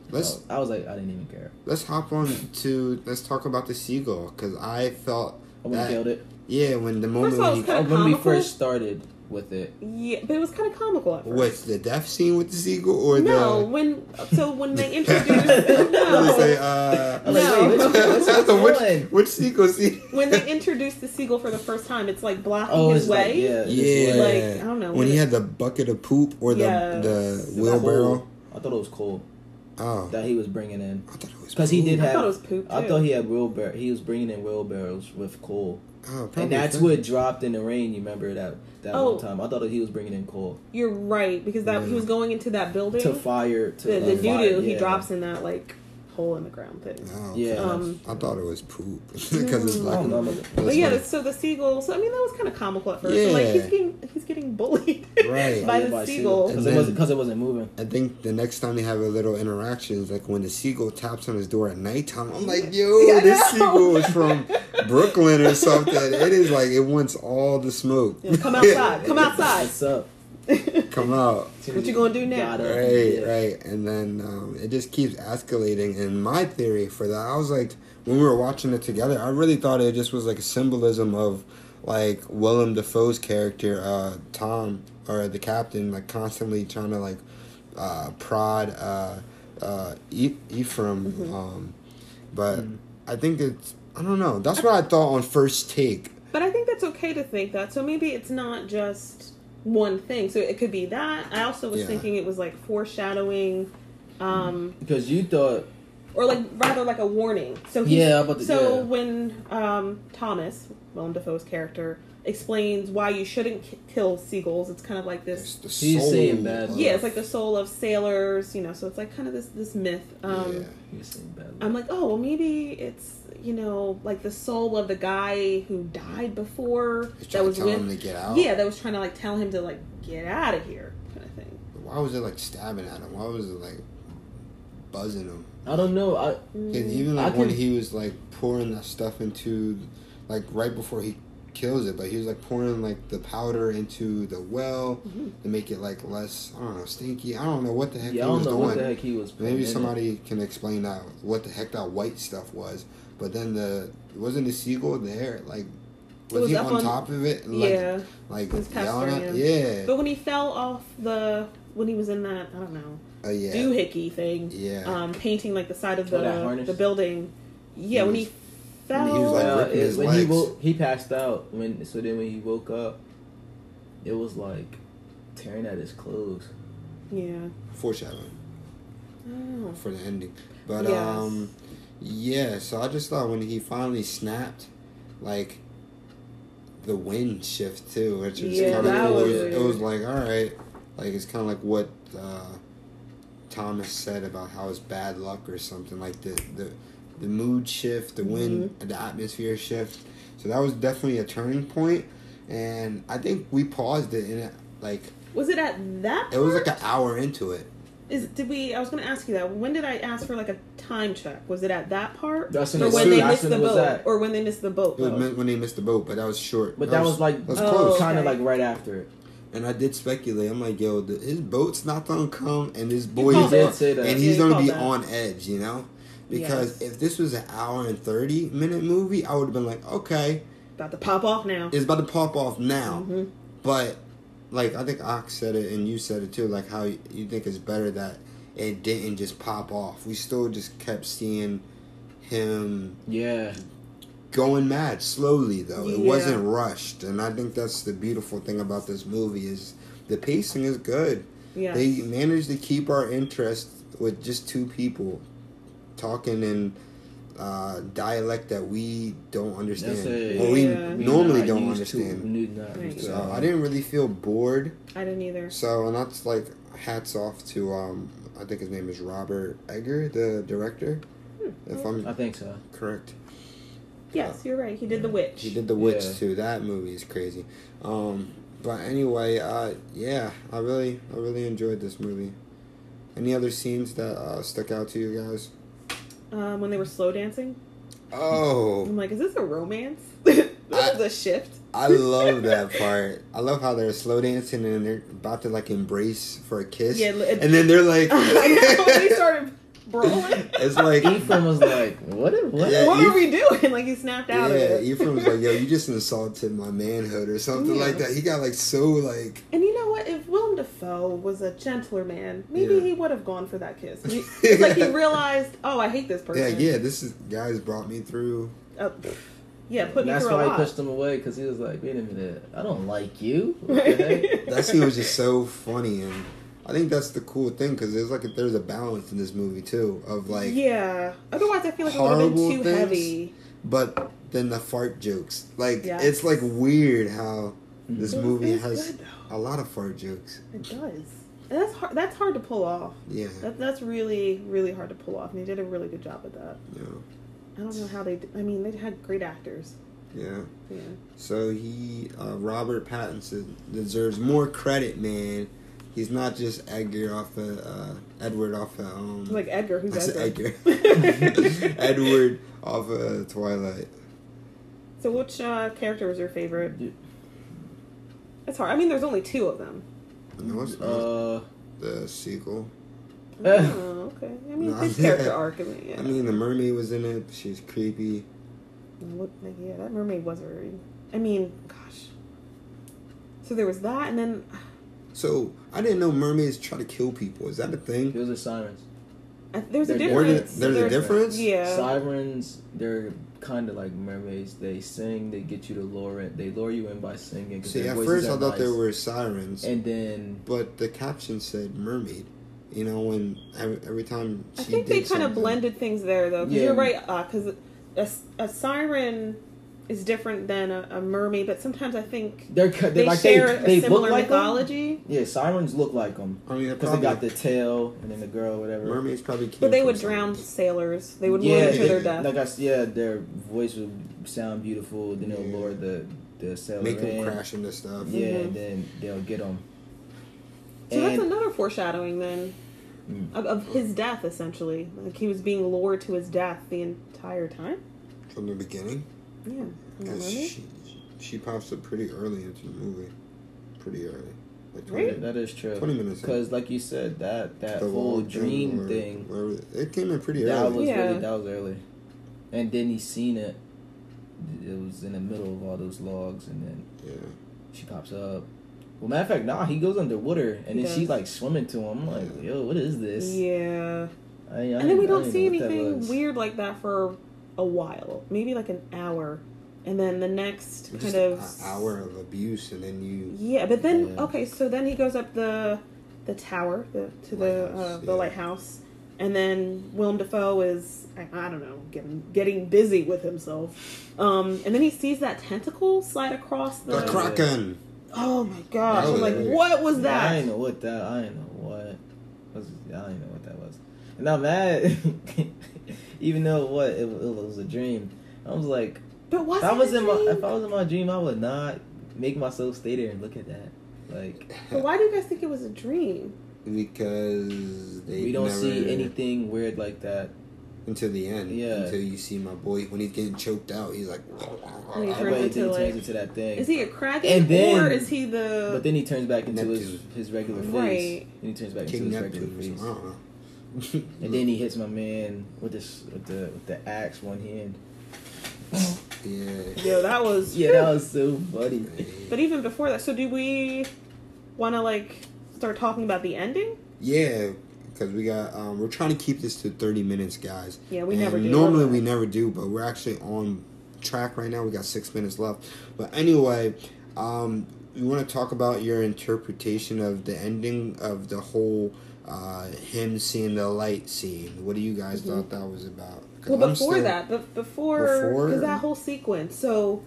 [SPEAKER 1] Let's
[SPEAKER 3] I was like, I didn't even care.
[SPEAKER 1] let's hop on to let's talk about the seagull because I felt
[SPEAKER 3] I would have
[SPEAKER 1] That-
[SPEAKER 3] Oh, killed it.
[SPEAKER 1] yeah when the
[SPEAKER 2] of all,
[SPEAKER 1] moment
[SPEAKER 2] it's
[SPEAKER 1] he,
[SPEAKER 2] kinda
[SPEAKER 3] Oh, when we
[SPEAKER 2] comical.
[SPEAKER 3] first started with it,
[SPEAKER 2] Yeah, but it was kind of comical at first.
[SPEAKER 1] with the death scene with the seagull or
[SPEAKER 2] no,
[SPEAKER 1] the
[SPEAKER 2] when so when they introduced
[SPEAKER 1] What do they say,
[SPEAKER 2] no,
[SPEAKER 1] uh,
[SPEAKER 3] I was like,
[SPEAKER 2] No.
[SPEAKER 3] wait, what's, what's
[SPEAKER 2] That's
[SPEAKER 3] he
[SPEAKER 1] which,
[SPEAKER 3] doing?
[SPEAKER 1] which sequel scene?
[SPEAKER 2] when they introduced the seagull for the first time, it's like blocking
[SPEAKER 3] Oh,
[SPEAKER 2] his
[SPEAKER 3] it's like,
[SPEAKER 2] way.
[SPEAKER 3] yeah,
[SPEAKER 1] Yeah,
[SPEAKER 2] Like, I don't know,
[SPEAKER 1] When he
[SPEAKER 2] what-
[SPEAKER 1] had the bucket of poop or the
[SPEAKER 2] Yes.
[SPEAKER 1] the
[SPEAKER 3] The
[SPEAKER 1] wheelbarrow,
[SPEAKER 3] whole- I thought it was coal
[SPEAKER 1] Oh,
[SPEAKER 3] that he was bringing in
[SPEAKER 1] I thought it was
[SPEAKER 3] because he
[SPEAKER 1] poop.
[SPEAKER 3] did
[SPEAKER 2] I
[SPEAKER 3] have.
[SPEAKER 2] thought it was poop. Too.
[SPEAKER 3] I thought he had wheelbarrow. He was bringing in wheelbarrows with coal,
[SPEAKER 1] Oh,
[SPEAKER 3] and
[SPEAKER 1] probably
[SPEAKER 3] that's
[SPEAKER 1] poop.
[SPEAKER 3] what dropped in the rain. You remember that that
[SPEAKER 2] Oh.
[SPEAKER 3] one time? I thought that he was bringing in coal
[SPEAKER 2] You're right because that he
[SPEAKER 1] Yeah.
[SPEAKER 2] was going into that building.
[SPEAKER 3] to fire to
[SPEAKER 2] the
[SPEAKER 3] uh,
[SPEAKER 2] the doo
[SPEAKER 3] fire,
[SPEAKER 2] doo he
[SPEAKER 3] yeah.
[SPEAKER 2] drops in that like hole in the ground thing.
[SPEAKER 1] Oh, okay.
[SPEAKER 3] Yeah,
[SPEAKER 2] Um, Hmm.
[SPEAKER 1] I thought it was poop because it's
[SPEAKER 3] I
[SPEAKER 1] like.
[SPEAKER 3] don't know,
[SPEAKER 1] a-
[SPEAKER 3] but-
[SPEAKER 2] But
[SPEAKER 1] that's
[SPEAKER 2] yeah,
[SPEAKER 1] like-
[SPEAKER 2] that's- so the seagull. So I mean, that was kind of comical at first.
[SPEAKER 1] Yeah.
[SPEAKER 2] Like he's getting he's getting bullied
[SPEAKER 1] Right.
[SPEAKER 2] by
[SPEAKER 3] Yeah,
[SPEAKER 2] the
[SPEAKER 3] seagull.
[SPEAKER 2] seagull.
[SPEAKER 1] And
[SPEAKER 3] because
[SPEAKER 1] then-
[SPEAKER 3] it wasn't because it wasn't moving.
[SPEAKER 1] I think the next time they have a little interaction is like when the seagull taps on his door at nighttime. I'm like, yo,
[SPEAKER 2] Yeah, I
[SPEAKER 1] this
[SPEAKER 2] know.
[SPEAKER 1] seagull is from Brooklyn or something. It is like it wants all the smoke.
[SPEAKER 2] Yeah, come outside. Come outside.
[SPEAKER 3] What's up?
[SPEAKER 1] come out.
[SPEAKER 2] What you gonna do now?
[SPEAKER 3] Got it.
[SPEAKER 1] Right,
[SPEAKER 3] Yeah.
[SPEAKER 1] right. And then um, it just keeps escalating. And my theory for that, I was like, when we were watching it together, I really thought it just was like a symbolism of like Willem Dafoe's character, uh, Tom, or the captain, like constantly trying to like uh, prod uh, uh, e- Ephraim.
[SPEAKER 2] Mm-hmm.
[SPEAKER 1] Um, but
[SPEAKER 2] Mm.
[SPEAKER 1] I think it's, I don't know. That's what I thought on first take.
[SPEAKER 2] But I think that's okay to think that. So maybe it's not just one thing. So it could be that. I also was
[SPEAKER 1] Yeah.
[SPEAKER 2] thinking it was like foreshadowing, um,
[SPEAKER 3] Because you thought
[SPEAKER 2] or like rather like a warning. So he,
[SPEAKER 3] Yeah, about the-
[SPEAKER 2] so
[SPEAKER 3] yeah.
[SPEAKER 2] when um, Thomas Willem Dafoe's character explains why you shouldn't k- kill seagulls, it's kind of like
[SPEAKER 1] It's
[SPEAKER 2] this.
[SPEAKER 1] the
[SPEAKER 3] He's
[SPEAKER 1] soul
[SPEAKER 3] saying bad
[SPEAKER 1] of-
[SPEAKER 2] Yeah, it's like the soul of sailors, you know. So it's like kind of this this myth. Um,
[SPEAKER 1] Yeah.
[SPEAKER 3] you were saying bad.
[SPEAKER 2] I'm like, oh, well, maybe it's you know like the soul of the guy who died before
[SPEAKER 1] He's
[SPEAKER 2] that
[SPEAKER 1] trying to
[SPEAKER 2] was
[SPEAKER 1] tell
[SPEAKER 2] with
[SPEAKER 1] him to get out.
[SPEAKER 2] yeah that was trying to like tell him to like get out of here kind of thing.
[SPEAKER 1] Why was it like stabbing at him? Why was it like buzzing him?
[SPEAKER 3] I don't know. I
[SPEAKER 1] And even
[SPEAKER 3] Mm. I
[SPEAKER 1] like when
[SPEAKER 3] can-
[SPEAKER 1] he was like pouring that stuff into, like right before he kills it, but he was like pouring like the powder into the well
[SPEAKER 2] Mm-hmm.
[SPEAKER 1] to make it like less, I don't know, stinky. I don't know what the heck
[SPEAKER 3] yeah, I
[SPEAKER 1] he
[SPEAKER 3] don't
[SPEAKER 1] was
[SPEAKER 3] know
[SPEAKER 1] doing.
[SPEAKER 3] what the heck he was. putting
[SPEAKER 1] Maybe
[SPEAKER 3] in it.
[SPEAKER 1] somebody can explain that what the heck that white stuff was. But then the wasn't the seagull there? Like was,
[SPEAKER 2] was
[SPEAKER 1] he
[SPEAKER 2] up
[SPEAKER 1] on,
[SPEAKER 2] on-
[SPEAKER 1] top of it? And,
[SPEAKER 2] yeah,
[SPEAKER 1] like
[SPEAKER 2] it was
[SPEAKER 1] like yelling
[SPEAKER 2] pestering
[SPEAKER 1] at
[SPEAKER 2] him.
[SPEAKER 1] yeah,
[SPEAKER 2] but when he fell off the when he was in that I don't know
[SPEAKER 1] Uh, yeah,
[SPEAKER 2] doohickey thing,
[SPEAKER 1] yeah.
[SPEAKER 2] um, painting like the side of
[SPEAKER 3] Oh, that
[SPEAKER 2] the
[SPEAKER 3] harness?
[SPEAKER 2] the building. Yeah,
[SPEAKER 1] He
[SPEAKER 2] when
[SPEAKER 1] was-
[SPEAKER 2] he fell,
[SPEAKER 1] he was, like,
[SPEAKER 3] Well,
[SPEAKER 1] ripping
[SPEAKER 3] it-
[SPEAKER 1] his
[SPEAKER 3] when he
[SPEAKER 1] legs.
[SPEAKER 3] woke, he passed out. When so then when he woke up, it was like tearing at his clothes.
[SPEAKER 2] yeah.
[SPEAKER 1] foreshadowing.
[SPEAKER 2] Oh.
[SPEAKER 1] for the ending. But
[SPEAKER 2] Yes.
[SPEAKER 1] um yeah, so I just thought when he finally snapped, like the wind shift too, which was
[SPEAKER 2] Yeah,
[SPEAKER 1] kinda
[SPEAKER 2] that
[SPEAKER 1] cool.
[SPEAKER 2] was
[SPEAKER 1] it, was, it was
[SPEAKER 2] weird.
[SPEAKER 1] like, alright. Like it's kinda like what uh Thomas said about how it's bad luck or something, like the the, the mood shift, the wind
[SPEAKER 2] Mm-hmm.
[SPEAKER 1] the atmosphere shift. So that was definitely a turning point and I think we paused it in it like
[SPEAKER 2] Was it at that?
[SPEAKER 1] it was
[SPEAKER 2] part?
[SPEAKER 1] like an hour into it.
[SPEAKER 2] Is did we? I was going to ask you that. When did I ask for like a time check? Was it at that part,
[SPEAKER 3] That's
[SPEAKER 2] or
[SPEAKER 3] when
[SPEAKER 1] it-
[SPEAKER 2] when they
[SPEAKER 1] that's
[SPEAKER 2] missed
[SPEAKER 3] when
[SPEAKER 2] the
[SPEAKER 3] it was
[SPEAKER 2] boat,
[SPEAKER 3] at.
[SPEAKER 2] or when they missed the boat?
[SPEAKER 1] It was
[SPEAKER 2] though?
[SPEAKER 1] meant when they missed the boat, but that was short.
[SPEAKER 3] But that was like
[SPEAKER 1] that was
[SPEAKER 2] Oh,
[SPEAKER 1] close.
[SPEAKER 3] kind
[SPEAKER 2] okay.
[SPEAKER 3] of like right after it.
[SPEAKER 1] And I did speculate. I'm like, yo, th his boat's not gonna come, and this boy
[SPEAKER 2] called
[SPEAKER 1] is
[SPEAKER 2] that.
[SPEAKER 1] on-
[SPEAKER 3] Say that.
[SPEAKER 1] and
[SPEAKER 2] Yeah,
[SPEAKER 1] he's
[SPEAKER 2] you
[SPEAKER 1] gonna
[SPEAKER 2] called
[SPEAKER 1] be
[SPEAKER 2] that.
[SPEAKER 1] on edge, you know. Because
[SPEAKER 2] Yes.
[SPEAKER 1] if this was an hour and thirty minute movie, I would have been like, okay,
[SPEAKER 2] about to pop off now.
[SPEAKER 1] it's about to pop off now.
[SPEAKER 3] Mm-hmm.
[SPEAKER 2] Mhm.
[SPEAKER 1] But like I think Ox said it, and you said it too. Like how you think it's better that it didn't just pop off. We still just kept seeing him
[SPEAKER 3] Yeah,
[SPEAKER 1] going mad slowly though. It
[SPEAKER 2] Yeah.
[SPEAKER 1] wasn't rushed, and I think that's the beautiful thing about this movie is the pacing is good.
[SPEAKER 2] Yeah.
[SPEAKER 1] They managed to keep our interest with just two people talking in uh, dialect that we don't understand,
[SPEAKER 3] That's it.
[SPEAKER 1] or we
[SPEAKER 2] Yeah.
[SPEAKER 1] normally
[SPEAKER 3] not
[SPEAKER 1] don't
[SPEAKER 3] used to-
[SPEAKER 1] understand.
[SPEAKER 3] we not
[SPEAKER 2] Right.
[SPEAKER 3] used to
[SPEAKER 1] So
[SPEAKER 3] that.
[SPEAKER 1] I didn't really feel bored.
[SPEAKER 2] I didn't either.
[SPEAKER 1] So and that's like hats off to um I think his name is Robert Egger, the director, if
[SPEAKER 2] Oh.
[SPEAKER 3] I
[SPEAKER 1] I'm
[SPEAKER 3] think so.
[SPEAKER 1] correct.
[SPEAKER 2] Hmm. Yes, you're right. He did the witch.
[SPEAKER 1] He did the witch
[SPEAKER 3] Yeah.
[SPEAKER 1] too. That movie is crazy. Um, but anyway, uh, yeah, I really, I really enjoyed this movie. Any other scenes that uh, stuck out to you guys?
[SPEAKER 2] Um, when they were slow dancing, I'm
[SPEAKER 1] Oh,
[SPEAKER 2] like, is this a romance? this
[SPEAKER 1] I-
[SPEAKER 2] is a shift.
[SPEAKER 1] I love that part. I love how they're slow dancing and they're about to like embrace for a kiss.
[SPEAKER 2] Yeah, it-
[SPEAKER 1] and then they're like,
[SPEAKER 2] I know when they started brawling.
[SPEAKER 1] it's like,
[SPEAKER 3] Ephraim was like, "What? What?"
[SPEAKER 1] Yeah,
[SPEAKER 2] what
[SPEAKER 1] Eph-
[SPEAKER 2] are we doing? Like he snapped out of
[SPEAKER 1] yeah,
[SPEAKER 2] it.
[SPEAKER 1] Ephraim's like, yo, you just insulted my manhood or something
[SPEAKER 2] Yeah.
[SPEAKER 1] like that. He got like so like.
[SPEAKER 2] And you know what? If Willem Dafoe was a gentler man, maybe
[SPEAKER 1] Yeah.
[SPEAKER 2] he would have gone for that kiss. He- it's like he realized, oh, I hate this
[SPEAKER 1] Yeah,
[SPEAKER 2] person.
[SPEAKER 1] yeah. This is guys brought me through.
[SPEAKER 2] Uh, yeah, put me
[SPEAKER 3] That's
[SPEAKER 2] through a
[SPEAKER 3] why he
[SPEAKER 2] lot.
[SPEAKER 3] pushed him away because he was like, "Wait a minute, I don't like you." What the heck?
[SPEAKER 1] That scene was just so funny, and I think that's the cool thing because there's like a, there's a balance in this movie too of like,
[SPEAKER 2] yeah. Otherwise, I feel like it would have
[SPEAKER 1] horrible
[SPEAKER 2] been too
[SPEAKER 1] things.
[SPEAKER 2] heavy.
[SPEAKER 1] but then the fart jokes. Like
[SPEAKER 2] Yeah.
[SPEAKER 1] it's like weird how this
[SPEAKER 2] Mhm.
[SPEAKER 1] movie
[SPEAKER 2] It's
[SPEAKER 1] has
[SPEAKER 2] good, though.
[SPEAKER 1] a lot of fart jokes.
[SPEAKER 2] It does. And that's hard. That's hard to pull off.
[SPEAKER 1] Yeah,
[SPEAKER 2] That, that's really, really hard to pull off, and they did a really good job with that.
[SPEAKER 1] yeah,
[SPEAKER 2] I don't know how they. d- I mean, they had great actors.
[SPEAKER 1] yeah.
[SPEAKER 2] Yeah.
[SPEAKER 1] So he, uh, Robert Pattinson, deserves more credit, man. He's not just Edgar off the uh, Edward off the um,
[SPEAKER 2] Like Edgar, who's
[SPEAKER 1] I said
[SPEAKER 2] Edgar?
[SPEAKER 1] Edgar. Edward off of Twilight.
[SPEAKER 2] So, which uh, character was your favorite?
[SPEAKER 3] Dude,
[SPEAKER 2] It's hard. I mean, there's only two of them.
[SPEAKER 1] No, it's not.
[SPEAKER 3] Uh,
[SPEAKER 1] the sequel.
[SPEAKER 2] Oh, okay. I mean,
[SPEAKER 1] Nah,
[SPEAKER 2] big
[SPEAKER 1] yeah.
[SPEAKER 2] character arc. I mean, yeah.
[SPEAKER 1] I mean, the mermaid was in it. She's creepy.
[SPEAKER 2] What- like, yeah, that mermaid was very. I mean, gosh. So there was that, and then
[SPEAKER 1] So I didn't know mermaids try to kill people. Is that a thing?
[SPEAKER 3] those are sirens.
[SPEAKER 2] uh, there's a
[SPEAKER 3] There- there-
[SPEAKER 2] difference.
[SPEAKER 1] there's a difference?
[SPEAKER 2] Yeah.
[SPEAKER 3] Sirens, they're kind of like mermaids. They sing, they get you to lure it. They lure you in by singing. 'cause
[SPEAKER 1] See,
[SPEAKER 3] their
[SPEAKER 1] at
[SPEAKER 3] voices
[SPEAKER 1] first
[SPEAKER 3] are
[SPEAKER 1] I thought there
[SPEAKER 3] nice.
[SPEAKER 1] were sirens,
[SPEAKER 3] And then
[SPEAKER 1] but the caption said mermaid. You know, when every, every time she
[SPEAKER 2] I think they
[SPEAKER 1] did
[SPEAKER 2] kind of
[SPEAKER 1] something.
[SPEAKER 2] blended things there, though. 'cause
[SPEAKER 3] Yeah.
[SPEAKER 2] You're right, because a, a siren is different than a, a mermaid, but sometimes I think
[SPEAKER 3] they're ca-
[SPEAKER 2] they
[SPEAKER 3] they like
[SPEAKER 2] share
[SPEAKER 3] they,
[SPEAKER 2] a
[SPEAKER 3] they look
[SPEAKER 2] similar
[SPEAKER 3] like 'em.
[SPEAKER 2] mythology.
[SPEAKER 3] Yeah, sirens look like them
[SPEAKER 1] I mean,
[SPEAKER 3] because they got the
[SPEAKER 1] probably-
[SPEAKER 3] tail and then the girl, whatever.
[SPEAKER 1] mermaids probably. Came
[SPEAKER 2] But they
[SPEAKER 1] from
[SPEAKER 2] would drown
[SPEAKER 1] sirens.
[SPEAKER 2] sailors. They would
[SPEAKER 3] Yeah,
[SPEAKER 2] lure them to
[SPEAKER 1] they-
[SPEAKER 2] their death.
[SPEAKER 3] Like I s- yeah, their voice would sound beautiful. Then they'll
[SPEAKER 1] Yeah.
[SPEAKER 3] lure the the sailor
[SPEAKER 1] Make
[SPEAKER 3] in.
[SPEAKER 1] them crash into stuff.
[SPEAKER 3] Yeah,
[SPEAKER 2] Mhm.
[SPEAKER 3] and then they'll get them.
[SPEAKER 2] so that's another foreshadowing then
[SPEAKER 3] Mm.
[SPEAKER 2] of, of his death, essentially. Like he was being lured to his death the entire time.
[SPEAKER 1] From the beginning,
[SPEAKER 2] Yeah. Am I
[SPEAKER 1] 'cause
[SPEAKER 2] right?
[SPEAKER 1] she, she pops up pretty early into the movie. Pretty early, like
[SPEAKER 2] Really?
[SPEAKER 1] 20,
[SPEAKER 3] that is true.
[SPEAKER 1] 20 minutes. in.
[SPEAKER 3] Because like you said, that that
[SPEAKER 1] the
[SPEAKER 3] whole
[SPEAKER 1] long
[SPEAKER 3] dream
[SPEAKER 1] where-
[SPEAKER 3] thing,
[SPEAKER 1] where it- it came in pretty
[SPEAKER 3] that
[SPEAKER 1] early.
[SPEAKER 3] was
[SPEAKER 2] Yeah.
[SPEAKER 3] really that was early, and then he seen it. It was in the middle of all those logs, and then
[SPEAKER 1] yeah.
[SPEAKER 3] she pops up. Well, matter of fact, nah, he goes underwater, and
[SPEAKER 2] He
[SPEAKER 3] then she's
[SPEAKER 2] does.
[SPEAKER 3] like swimming to him. I'm like, yo, what is this?
[SPEAKER 2] Yeah.
[SPEAKER 3] I- I
[SPEAKER 2] and then we
[SPEAKER 3] didn't- I
[SPEAKER 2] don't
[SPEAKER 3] didn't
[SPEAKER 2] see
[SPEAKER 3] know what that
[SPEAKER 2] anything
[SPEAKER 3] was.
[SPEAKER 2] weird like that for a while. Maybe like an hour. And then the next kind
[SPEAKER 1] Just
[SPEAKER 2] of
[SPEAKER 1] an hour of abuse, and then you.
[SPEAKER 2] Yeah, but then
[SPEAKER 3] Yeah.
[SPEAKER 2] okay, so then he goes up the the tower the, to the uh,
[SPEAKER 1] Lighthouse,
[SPEAKER 2] the
[SPEAKER 1] yeah.
[SPEAKER 2] lighthouse, and then Willem Dafoe is I, I don't know getting getting busy with himself, um, and then he sees that tentacle slide across the.
[SPEAKER 1] The
[SPEAKER 3] Yeah.
[SPEAKER 1] Kraken!
[SPEAKER 2] oh my
[SPEAKER 1] That
[SPEAKER 2] gosh! I'm
[SPEAKER 1] was
[SPEAKER 2] like,
[SPEAKER 1] weird.
[SPEAKER 2] what was
[SPEAKER 3] Yeah, I
[SPEAKER 2] that?
[SPEAKER 3] didn't know what that. I didn't know what. Was, I didn't know what that was. And I'm mad, even though what it, it was a dream. I was like,
[SPEAKER 2] But was
[SPEAKER 3] if I was in my if I
[SPEAKER 2] was,
[SPEAKER 3] was in my dream, I would not make myself stay there and look at that. Like
[SPEAKER 2] but why do you guys think it was a dream?
[SPEAKER 1] Because they
[SPEAKER 3] we don't
[SPEAKER 1] never,
[SPEAKER 3] see anything weird like that.
[SPEAKER 1] until the end.
[SPEAKER 3] Yeah.
[SPEAKER 1] Until you see my boy when he's getting choked out, he's like.
[SPEAKER 2] he turns
[SPEAKER 3] But then he
[SPEAKER 2] into,
[SPEAKER 3] turns
[SPEAKER 2] like-
[SPEAKER 3] into that thing.
[SPEAKER 2] Is he a kraken
[SPEAKER 3] And then-
[SPEAKER 2] or is he the?
[SPEAKER 3] but then he turns back into his,
[SPEAKER 1] Neptune.
[SPEAKER 3] his regular face.
[SPEAKER 2] Right.
[SPEAKER 3] And he turns back
[SPEAKER 1] King
[SPEAKER 3] into his
[SPEAKER 1] Neptune.
[SPEAKER 3] regular
[SPEAKER 1] or
[SPEAKER 3] face.
[SPEAKER 1] something, I don't know.
[SPEAKER 3] And then he hits my man with this with the with the axe one hand.
[SPEAKER 1] yeah.
[SPEAKER 2] Yo, that was
[SPEAKER 3] Yeah, that was so funny.
[SPEAKER 2] But even before that, so do we want to like start talking about the ending?
[SPEAKER 1] Yeah, because we got um, we're trying to keep this to thirty minutes, guys.
[SPEAKER 2] Yeah, we
[SPEAKER 1] And
[SPEAKER 2] never do.
[SPEAKER 1] Normally we never do, but we're actually on track right now. We got six minutes left. But anyway, um, we want to talk about your interpretation of the ending of the whole uh, him seeing the light scene. What do you guys thought that was about? 'Cause
[SPEAKER 2] Mm-hmm. Well,
[SPEAKER 1] I'm
[SPEAKER 2] before
[SPEAKER 1] still-
[SPEAKER 2] that, but before
[SPEAKER 1] Before?
[SPEAKER 2] because that whole sequence. So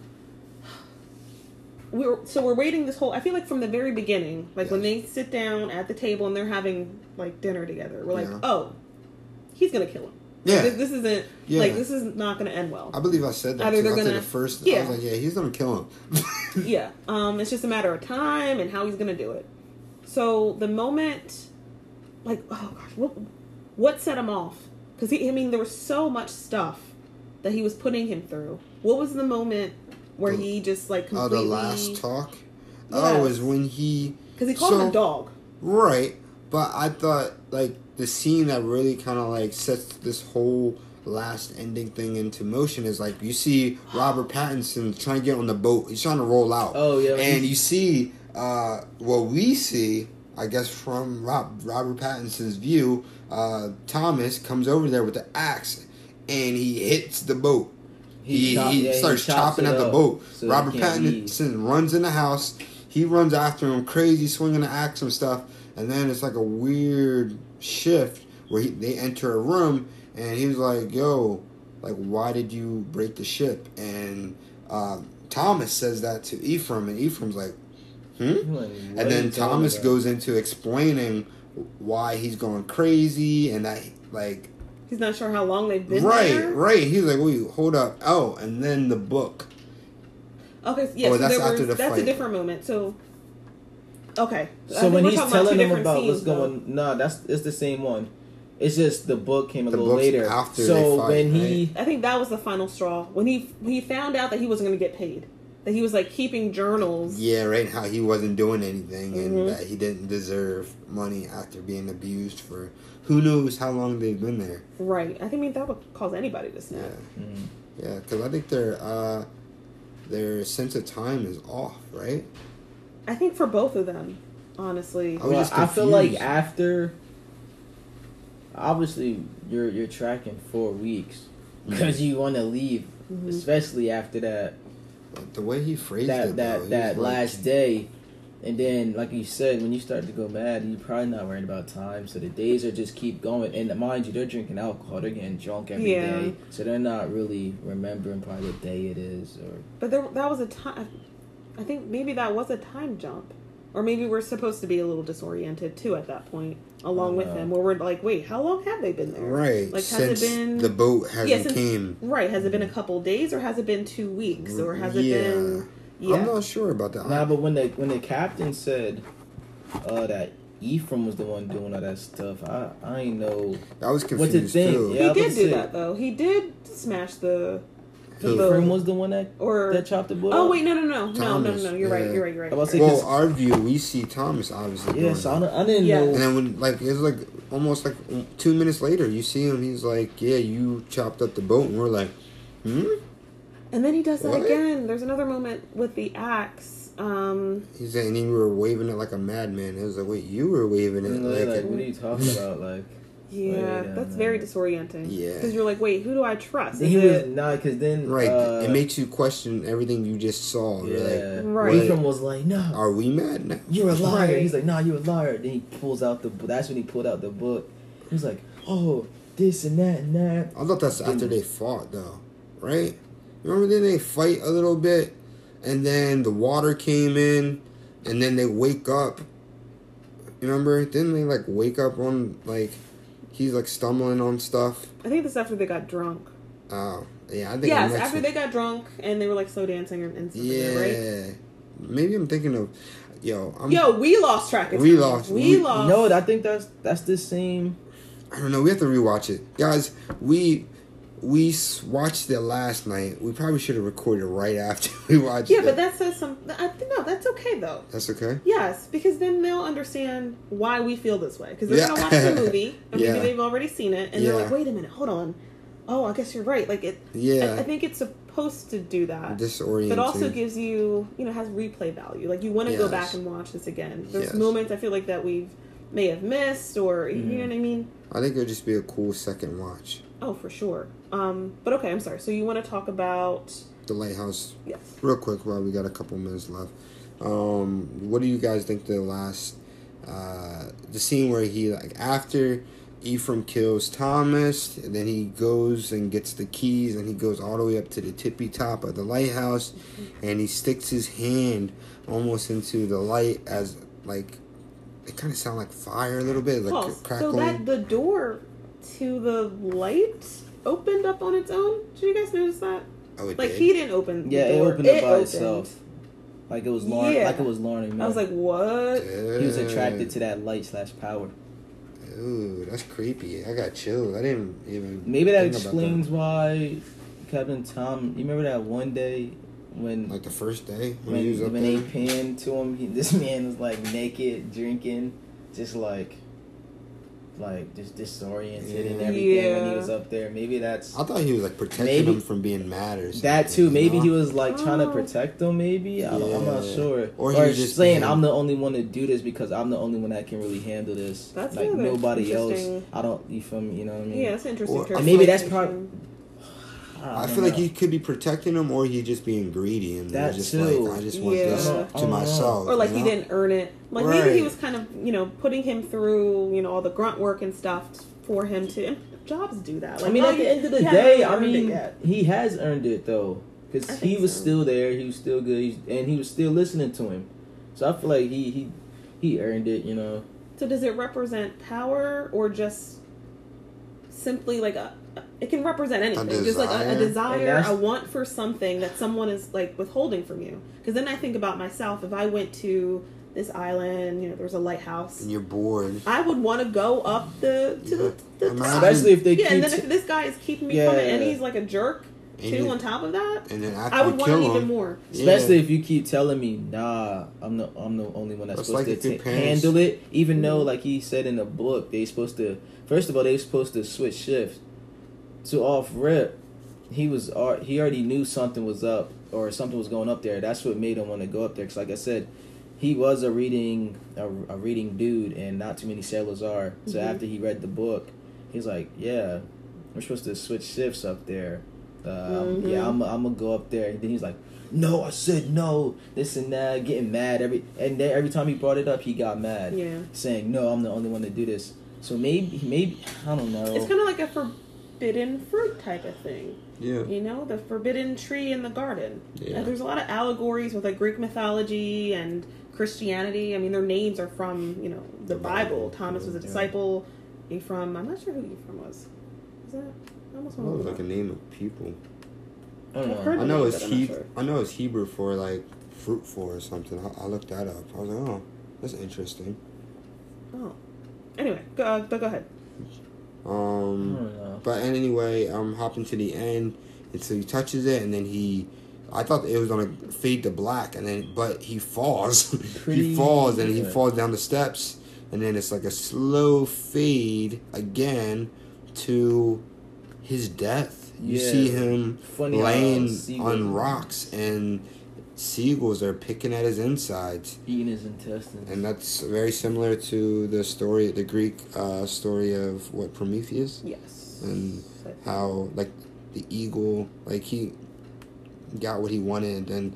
[SPEAKER 2] we were so we're waiting this whole. I feel like from the very beginning, like when they sit down at the table and they're having like dinner together, we're like,
[SPEAKER 1] Yeah.
[SPEAKER 2] oh, he's gonna kill him.
[SPEAKER 1] yeah,
[SPEAKER 2] This, this isn't
[SPEAKER 1] Yeah.
[SPEAKER 2] like this is not gonna end well.
[SPEAKER 1] I believe I said that
[SPEAKER 2] Either
[SPEAKER 1] too.
[SPEAKER 2] they're
[SPEAKER 1] after
[SPEAKER 2] gonna-
[SPEAKER 1] the first. I
[SPEAKER 2] Yeah.
[SPEAKER 1] was like, yeah, he's gonna kill him.
[SPEAKER 2] yeah um it's just a matter of time and how he's gonna do it so the moment like oh gosh what what set him off because he i mean there was so much stuff that he was putting him through what was the moment where
[SPEAKER 1] The-
[SPEAKER 2] he just like
[SPEAKER 1] Oh,
[SPEAKER 2] completely
[SPEAKER 1] the last talk. Oh, is
[SPEAKER 2] Yes.
[SPEAKER 1] when he
[SPEAKER 2] because he called him a
[SPEAKER 1] so-
[SPEAKER 2] dog
[SPEAKER 1] Right, but I thought like the scene that really kind of like sets this whole last ending thing into motion is like you see Robert Pattinson trying to get on the boat. He's trying to roll out.
[SPEAKER 3] Oh, yeah.
[SPEAKER 1] and you see uh, what we see. I guess from Rob, Robert Pattinson's view, uh, Thomas comes over there with the axe, and he hits the boat. He, he
[SPEAKER 3] chop- yeah,
[SPEAKER 1] starts
[SPEAKER 3] chops
[SPEAKER 1] chopping
[SPEAKER 3] it
[SPEAKER 1] at the
[SPEAKER 3] up
[SPEAKER 1] boat.
[SPEAKER 3] so he
[SPEAKER 1] Robert
[SPEAKER 3] can't leave.
[SPEAKER 1] Pattinson runs in the house. He runs after him, crazy, swinging the axe and stuff. And then it's like a weird shift where he, they enter a room, and he's like, "Yo, like, why did you break the ship?" And uh, Thomas says that to Ephraim, and Ephraim's like, "Hmm." and then Thomas goes into explaining why he's going crazy and that like
[SPEAKER 2] He's not sure how long they've been
[SPEAKER 1] right
[SPEAKER 2] there.
[SPEAKER 1] right he's like wait hold up oh and then the book
[SPEAKER 2] Okay, so, yeah,
[SPEAKER 1] Oh,
[SPEAKER 2] so
[SPEAKER 1] that's
[SPEAKER 2] there
[SPEAKER 1] after
[SPEAKER 2] was,
[SPEAKER 1] the
[SPEAKER 2] that's
[SPEAKER 1] fight.
[SPEAKER 2] a different moment. So, okay. I
[SPEAKER 3] So
[SPEAKER 2] think
[SPEAKER 3] when
[SPEAKER 2] we're
[SPEAKER 3] he's
[SPEAKER 2] talking
[SPEAKER 3] telling
[SPEAKER 2] two
[SPEAKER 3] them
[SPEAKER 2] different
[SPEAKER 3] about what's
[SPEAKER 2] scenes, though.
[SPEAKER 3] going, nah, that's it's the same one. It's just the book came a
[SPEAKER 1] The
[SPEAKER 3] little
[SPEAKER 1] book's
[SPEAKER 3] later.
[SPEAKER 1] after
[SPEAKER 3] so
[SPEAKER 1] they fight,
[SPEAKER 3] when he,
[SPEAKER 2] I think that was the final straw when he when he found out that he wasn't going to get paid. That he was like keeping journals.
[SPEAKER 1] yeah right how he wasn't doing anything
[SPEAKER 2] Mhm.
[SPEAKER 3] Mm-hmm.
[SPEAKER 1] and that he didn't deserve money after being abused for who knows how long they've been there
[SPEAKER 2] Right. I think I mean that would cause anybody to snap.
[SPEAKER 1] yeah
[SPEAKER 3] Mm.
[SPEAKER 1] yeah because i think their uh their sense of time is off right
[SPEAKER 2] I think for both of them, honestly.
[SPEAKER 1] I was
[SPEAKER 3] well,
[SPEAKER 1] just
[SPEAKER 3] I feel like
[SPEAKER 1] confused.
[SPEAKER 3] after, obviously you're you're tracking four weeks because you want to leave,
[SPEAKER 2] Mhm.
[SPEAKER 3] especially after that
[SPEAKER 1] Like, the way he phrased it
[SPEAKER 3] that
[SPEAKER 1] though,
[SPEAKER 3] that
[SPEAKER 1] he
[SPEAKER 3] that
[SPEAKER 1] was like-
[SPEAKER 3] last day, and then like you said, when you start to go mad, you're probably not worrying about time, so the days are just keep going. And mind you, they're drinking alcohol, they're getting drunk every day,
[SPEAKER 2] Yeah.
[SPEAKER 3] so they're not really remembering probably what day it is or
[SPEAKER 2] But there, that was a time. I think maybe that was a time jump, or maybe we're supposed to be a little disoriented too at that point, along with
[SPEAKER 3] know.
[SPEAKER 2] them, where we're like, wait, how long have they been there?
[SPEAKER 1] Uh-huh. right
[SPEAKER 2] Like, has it
[SPEAKER 1] since
[SPEAKER 2] been?
[SPEAKER 1] the boat hasn't
[SPEAKER 2] Yeah, since-
[SPEAKER 1] came
[SPEAKER 2] right. Has it been a couple days, or has it been two weeks, or has it
[SPEAKER 1] yeah.
[SPEAKER 2] been? Yeah.
[SPEAKER 1] i'm not sure about that
[SPEAKER 3] nah. But when the when the captain said, uh, that Ephraim was the one doing all that stuff, I I ain't know.
[SPEAKER 1] i was
[SPEAKER 3] What to
[SPEAKER 1] confused
[SPEAKER 3] think,
[SPEAKER 1] too
[SPEAKER 3] yeah.
[SPEAKER 2] he did
[SPEAKER 3] but
[SPEAKER 2] do
[SPEAKER 3] see-
[SPEAKER 2] that though. He did smash the
[SPEAKER 1] Who?
[SPEAKER 2] the
[SPEAKER 3] Ephraim
[SPEAKER 2] boat.
[SPEAKER 3] was the one that
[SPEAKER 2] Or
[SPEAKER 3] that chopped the boy.
[SPEAKER 2] oh wait, no, no, no, no, no,
[SPEAKER 1] Thomas,
[SPEAKER 2] no. You're right.
[SPEAKER 1] yeah.
[SPEAKER 2] You're right. You're right.
[SPEAKER 3] I was
[SPEAKER 2] you're right.
[SPEAKER 1] Well, our view, we see Thomas obviously.
[SPEAKER 3] Yeah,
[SPEAKER 1] doing
[SPEAKER 3] so
[SPEAKER 1] it.
[SPEAKER 3] I, don't- I didn't
[SPEAKER 2] Yeah.
[SPEAKER 3] know.
[SPEAKER 1] And then when like it's like almost like two minutes later, you see him. He's like, "Yeah, you chopped up the boat," and we're like, "Hmm."
[SPEAKER 2] and then he does that
[SPEAKER 1] What?
[SPEAKER 2] again. There's another moment with the axe. Um,
[SPEAKER 1] He's like, and you were waving it like a madman. It was like, "Wait, you were waving it
[SPEAKER 3] And they're
[SPEAKER 1] like."
[SPEAKER 3] like, what are you talking about? Like,
[SPEAKER 2] yeah,
[SPEAKER 3] Wait a
[SPEAKER 2] that's very
[SPEAKER 3] minute.
[SPEAKER 2] disorienting.
[SPEAKER 1] Yeah.
[SPEAKER 2] because you're like, wait, who do I trust?
[SPEAKER 3] he
[SPEAKER 2] Is
[SPEAKER 3] was
[SPEAKER 2] it-
[SPEAKER 3] not because then
[SPEAKER 1] Right,
[SPEAKER 3] uh,
[SPEAKER 1] it makes you question everything you just saw. You're like,
[SPEAKER 3] Yeah.
[SPEAKER 2] Right.
[SPEAKER 3] Ephraim was like, no,
[SPEAKER 1] are we mad now?
[SPEAKER 3] you're a liar.
[SPEAKER 2] Right.
[SPEAKER 3] He's like, nah, you're a liar. Then he pulls out the book. That's when he pulled out the book. He was like, oh, this and that and that.
[SPEAKER 1] I thought that's after they fought though, right? Remember then they fight a little bit, and then the water came in, and then they wake up. Remember? Didn't they like wake up on like he's like stumbling on stuff?
[SPEAKER 2] I think this is after they got drunk.
[SPEAKER 1] Oh, yeah, I think.
[SPEAKER 2] Yes,
[SPEAKER 1] the next
[SPEAKER 2] after
[SPEAKER 1] one-
[SPEAKER 2] they got drunk and they were like slow dancing and, and stuff like
[SPEAKER 1] yeah,
[SPEAKER 2] that, right?
[SPEAKER 1] maybe I'm thinking of, yo, I'm,
[SPEAKER 2] Yo, we lost track of
[SPEAKER 1] We
[SPEAKER 2] time.
[SPEAKER 1] lost- we-
[SPEAKER 2] We, lost.
[SPEAKER 3] No, I think that's that's the same.
[SPEAKER 1] I don't know. We have to rewatch it, guys. We. We s- watched it last night. We probably should have recorded right after we watched
[SPEAKER 2] yeah,
[SPEAKER 1] it.
[SPEAKER 2] but that says some. I think no, that's okay though.
[SPEAKER 1] that's okay.
[SPEAKER 2] Yes, because then they'll understand why we feel this way. Because they're
[SPEAKER 1] Yeah.
[SPEAKER 2] gonna watch the movie, and
[SPEAKER 1] Yeah.
[SPEAKER 2] maybe they've already seen it, and
[SPEAKER 1] Yeah.
[SPEAKER 2] they're like, "Wait a minute, hold on. Oh, I guess you're right. Like it.
[SPEAKER 1] Yeah.
[SPEAKER 2] I, I think it's supposed to do that.
[SPEAKER 1] disorienting.
[SPEAKER 2] but also gives you, you know, has replay value. Like you want to go
[SPEAKER 1] Yes.
[SPEAKER 2] back and watch this again. There's
[SPEAKER 1] Yes.
[SPEAKER 2] moments I feel like that we've may have missed, or you know what I mean.
[SPEAKER 1] I think it'll just be a cool second watch.
[SPEAKER 2] Oh, for sure. Um, but okay, I'm sorry. So you want to talk about
[SPEAKER 1] The lighthouse,
[SPEAKER 2] yes?
[SPEAKER 1] real quick, while we got a couple minutes left. Um, what do you guys think the last, uh, the scene where he like after Ephraim kills Thomas, and then he goes and gets the keys, and he goes all the way up to the tippy top of the lighthouse, and he sticks his hand almost into the light as like it kind of sound like fire a little bit, like
[SPEAKER 2] Well, so
[SPEAKER 1] crackling.
[SPEAKER 2] that the door to the light opened up on its own. Did you guys notice that?
[SPEAKER 1] oh, it
[SPEAKER 2] Like
[SPEAKER 1] did.
[SPEAKER 2] he didn't open. The
[SPEAKER 3] Yeah, it
[SPEAKER 2] door.
[SPEAKER 3] opened up by
[SPEAKER 2] opened.
[SPEAKER 3] itself. Like it was Lauren.
[SPEAKER 2] Yeah.
[SPEAKER 3] Like it was Lauren.
[SPEAKER 2] I was like, what?
[SPEAKER 3] he was attracted to that light slash power.
[SPEAKER 1] Ooh, that's creepy. I got chills. I didn't even.
[SPEAKER 3] Maybe that
[SPEAKER 1] think about
[SPEAKER 3] explains why Captain Tom. You remember that one day when
[SPEAKER 1] Like the first day when, he was
[SPEAKER 3] when,
[SPEAKER 1] up
[SPEAKER 3] when
[SPEAKER 1] there.
[SPEAKER 3] they panned to him, he, this man was like naked, drinking, just like, like just disoriented and everything when
[SPEAKER 2] Yeah.
[SPEAKER 3] he was up there. Maybe that's
[SPEAKER 1] I thought he was like protecting
[SPEAKER 3] Maybe-
[SPEAKER 1] him from being mad or something.
[SPEAKER 3] that too.
[SPEAKER 1] you
[SPEAKER 3] Maybe
[SPEAKER 1] know?
[SPEAKER 3] he was like trying to
[SPEAKER 2] Oh.
[SPEAKER 3] protect him. Maybe I don't, I'm not
[SPEAKER 1] Yeah.
[SPEAKER 3] sure.
[SPEAKER 1] Or
[SPEAKER 3] Or,
[SPEAKER 1] he was just
[SPEAKER 3] just saying,
[SPEAKER 1] being-
[SPEAKER 3] "I'm the only one to do this because I'm the only one that can really handle this.
[SPEAKER 2] That's
[SPEAKER 3] like
[SPEAKER 2] another
[SPEAKER 3] nobody else.
[SPEAKER 2] interesting-
[SPEAKER 3] I don't. You feel me? You know what I mean?
[SPEAKER 2] Yeah, that's an interesting.
[SPEAKER 1] Or-
[SPEAKER 2] term.
[SPEAKER 1] And
[SPEAKER 3] maybe that's prob-
[SPEAKER 1] I, feel like he could be protecting him, or he just being greedy and
[SPEAKER 3] That
[SPEAKER 1] just
[SPEAKER 3] too.
[SPEAKER 1] like I just want
[SPEAKER 2] Yeah.
[SPEAKER 1] this
[SPEAKER 2] I
[SPEAKER 3] don't
[SPEAKER 1] to
[SPEAKER 3] know.
[SPEAKER 1] myself,
[SPEAKER 2] or like
[SPEAKER 1] you
[SPEAKER 2] he
[SPEAKER 1] know?
[SPEAKER 2] didn't earn it. Like maybe
[SPEAKER 1] Right.
[SPEAKER 2] he was kind of you know putting him through you know all the grunt work and stuff for him to. And jobs do that.
[SPEAKER 3] I
[SPEAKER 2] Like,
[SPEAKER 3] mean,
[SPEAKER 2] oh,
[SPEAKER 3] at
[SPEAKER 2] you-
[SPEAKER 3] the end of the
[SPEAKER 2] you haven't
[SPEAKER 3] day,
[SPEAKER 2] really
[SPEAKER 3] I
[SPEAKER 2] earned it
[SPEAKER 3] mean,
[SPEAKER 2] yet.
[SPEAKER 3] he has earned it though,
[SPEAKER 2] I
[SPEAKER 3] because he
[SPEAKER 2] think
[SPEAKER 3] was
[SPEAKER 2] so.
[SPEAKER 3] still there. He was still good, he's, and he was still listening to him. So I feel like he he he earned it. You know,
[SPEAKER 2] So does it represent power or just simply like a? It can represent anything, just like a,
[SPEAKER 1] desire?
[SPEAKER 2] a
[SPEAKER 3] And
[SPEAKER 2] desire,
[SPEAKER 3] that's-
[SPEAKER 2] a want for something that someone is like withholding from you. Because then I think about myself. If I went to this island, you know, there's a lighthouse.
[SPEAKER 1] and you're bored.
[SPEAKER 2] I would want to go up the to the,
[SPEAKER 1] Yeah.
[SPEAKER 2] the
[SPEAKER 1] Imagine-
[SPEAKER 2] top.
[SPEAKER 3] especially if they
[SPEAKER 2] yeah, and
[SPEAKER 3] keep.
[SPEAKER 2] then if this guy is keeping me from it, and
[SPEAKER 3] Yeah.
[SPEAKER 2] he's like a jerk
[SPEAKER 1] And
[SPEAKER 2] too.
[SPEAKER 1] you-
[SPEAKER 2] On top of that,
[SPEAKER 1] And then after
[SPEAKER 2] I would
[SPEAKER 1] you
[SPEAKER 2] want it
[SPEAKER 1] kill him,
[SPEAKER 2] even more.
[SPEAKER 3] Especially
[SPEAKER 1] Yeah.
[SPEAKER 3] if you keep telling me, nah, I'm the I'm the only one that's
[SPEAKER 1] It's
[SPEAKER 3] supposed
[SPEAKER 1] like if
[SPEAKER 3] to
[SPEAKER 1] your
[SPEAKER 3] ta-
[SPEAKER 1] parents-
[SPEAKER 3] handle it. Even though, like he said in the book, they supposed to first of all they supposed to switch shifts. So off rip, he was al- he already knew something was up or something was going up there. That's what made him want to go up there. Cause like I said, he was a reading a, a reading dude, and not too many sailors are. So
[SPEAKER 2] Mhm.
[SPEAKER 3] after he read the book, he's like, yeah, we're supposed to switch shifts up there. Um, Yeah,
[SPEAKER 2] Mhm.
[SPEAKER 3] I'm I'm gonna go up there. And then he's like, no, I said no, this and that, getting mad every and then every time he brought it up, he got mad,
[SPEAKER 2] Yeah,
[SPEAKER 3] saying, no, I'm the only one to do this. So maybe maybe I don't know.
[SPEAKER 2] it's kind of like a forbidden fruit type of thing.
[SPEAKER 1] yeah,
[SPEAKER 2] You know, the forbidden tree in the garden.
[SPEAKER 1] yeah.
[SPEAKER 2] And there's a lot of allegories with like Greek mythology and Christianity. I mean, their names are from you know the
[SPEAKER 1] The
[SPEAKER 2] Bible.
[SPEAKER 1] Bible.
[SPEAKER 2] Thomas was a
[SPEAKER 3] Yeah.
[SPEAKER 2] disciple. Ephraim, I'm not sure who Ephraim was. Is that? I almost
[SPEAKER 1] I don't
[SPEAKER 2] want
[SPEAKER 1] know, Oh, like a
[SPEAKER 2] to.
[SPEAKER 1] name of people.
[SPEAKER 3] I don't
[SPEAKER 2] I've
[SPEAKER 3] know.
[SPEAKER 2] heard-
[SPEAKER 1] I know it's
[SPEAKER 2] But I'm not
[SPEAKER 1] he-
[SPEAKER 2] sure.
[SPEAKER 1] I know it's Hebrew for like fruitful or something. I, I looked that up. I was like, oh, that's interesting.
[SPEAKER 2] Oh, anyway, go, uh, but go ahead.
[SPEAKER 3] I
[SPEAKER 1] Um,
[SPEAKER 3] don't know.
[SPEAKER 1] But anyway, I'm hopping to the end, and so he touches it, and then he, I thought it was gonna fade to black, and then but he falls,
[SPEAKER 3] Pretty-
[SPEAKER 1] he falls, and he
[SPEAKER 3] yeah.
[SPEAKER 1] falls down the steps, and then it's like a slow fade again to his death. You
[SPEAKER 3] Yeah.
[SPEAKER 1] see him
[SPEAKER 3] Funny how
[SPEAKER 1] laying
[SPEAKER 3] seagulls-
[SPEAKER 1] on rocks, and seagulls are picking at his insides,
[SPEAKER 3] eating his intestines.
[SPEAKER 1] and that's very similar to the story, the Greek uh, story of what Prometheus
[SPEAKER 2] Yes.
[SPEAKER 1] And how like the eagle like he got what he wanted and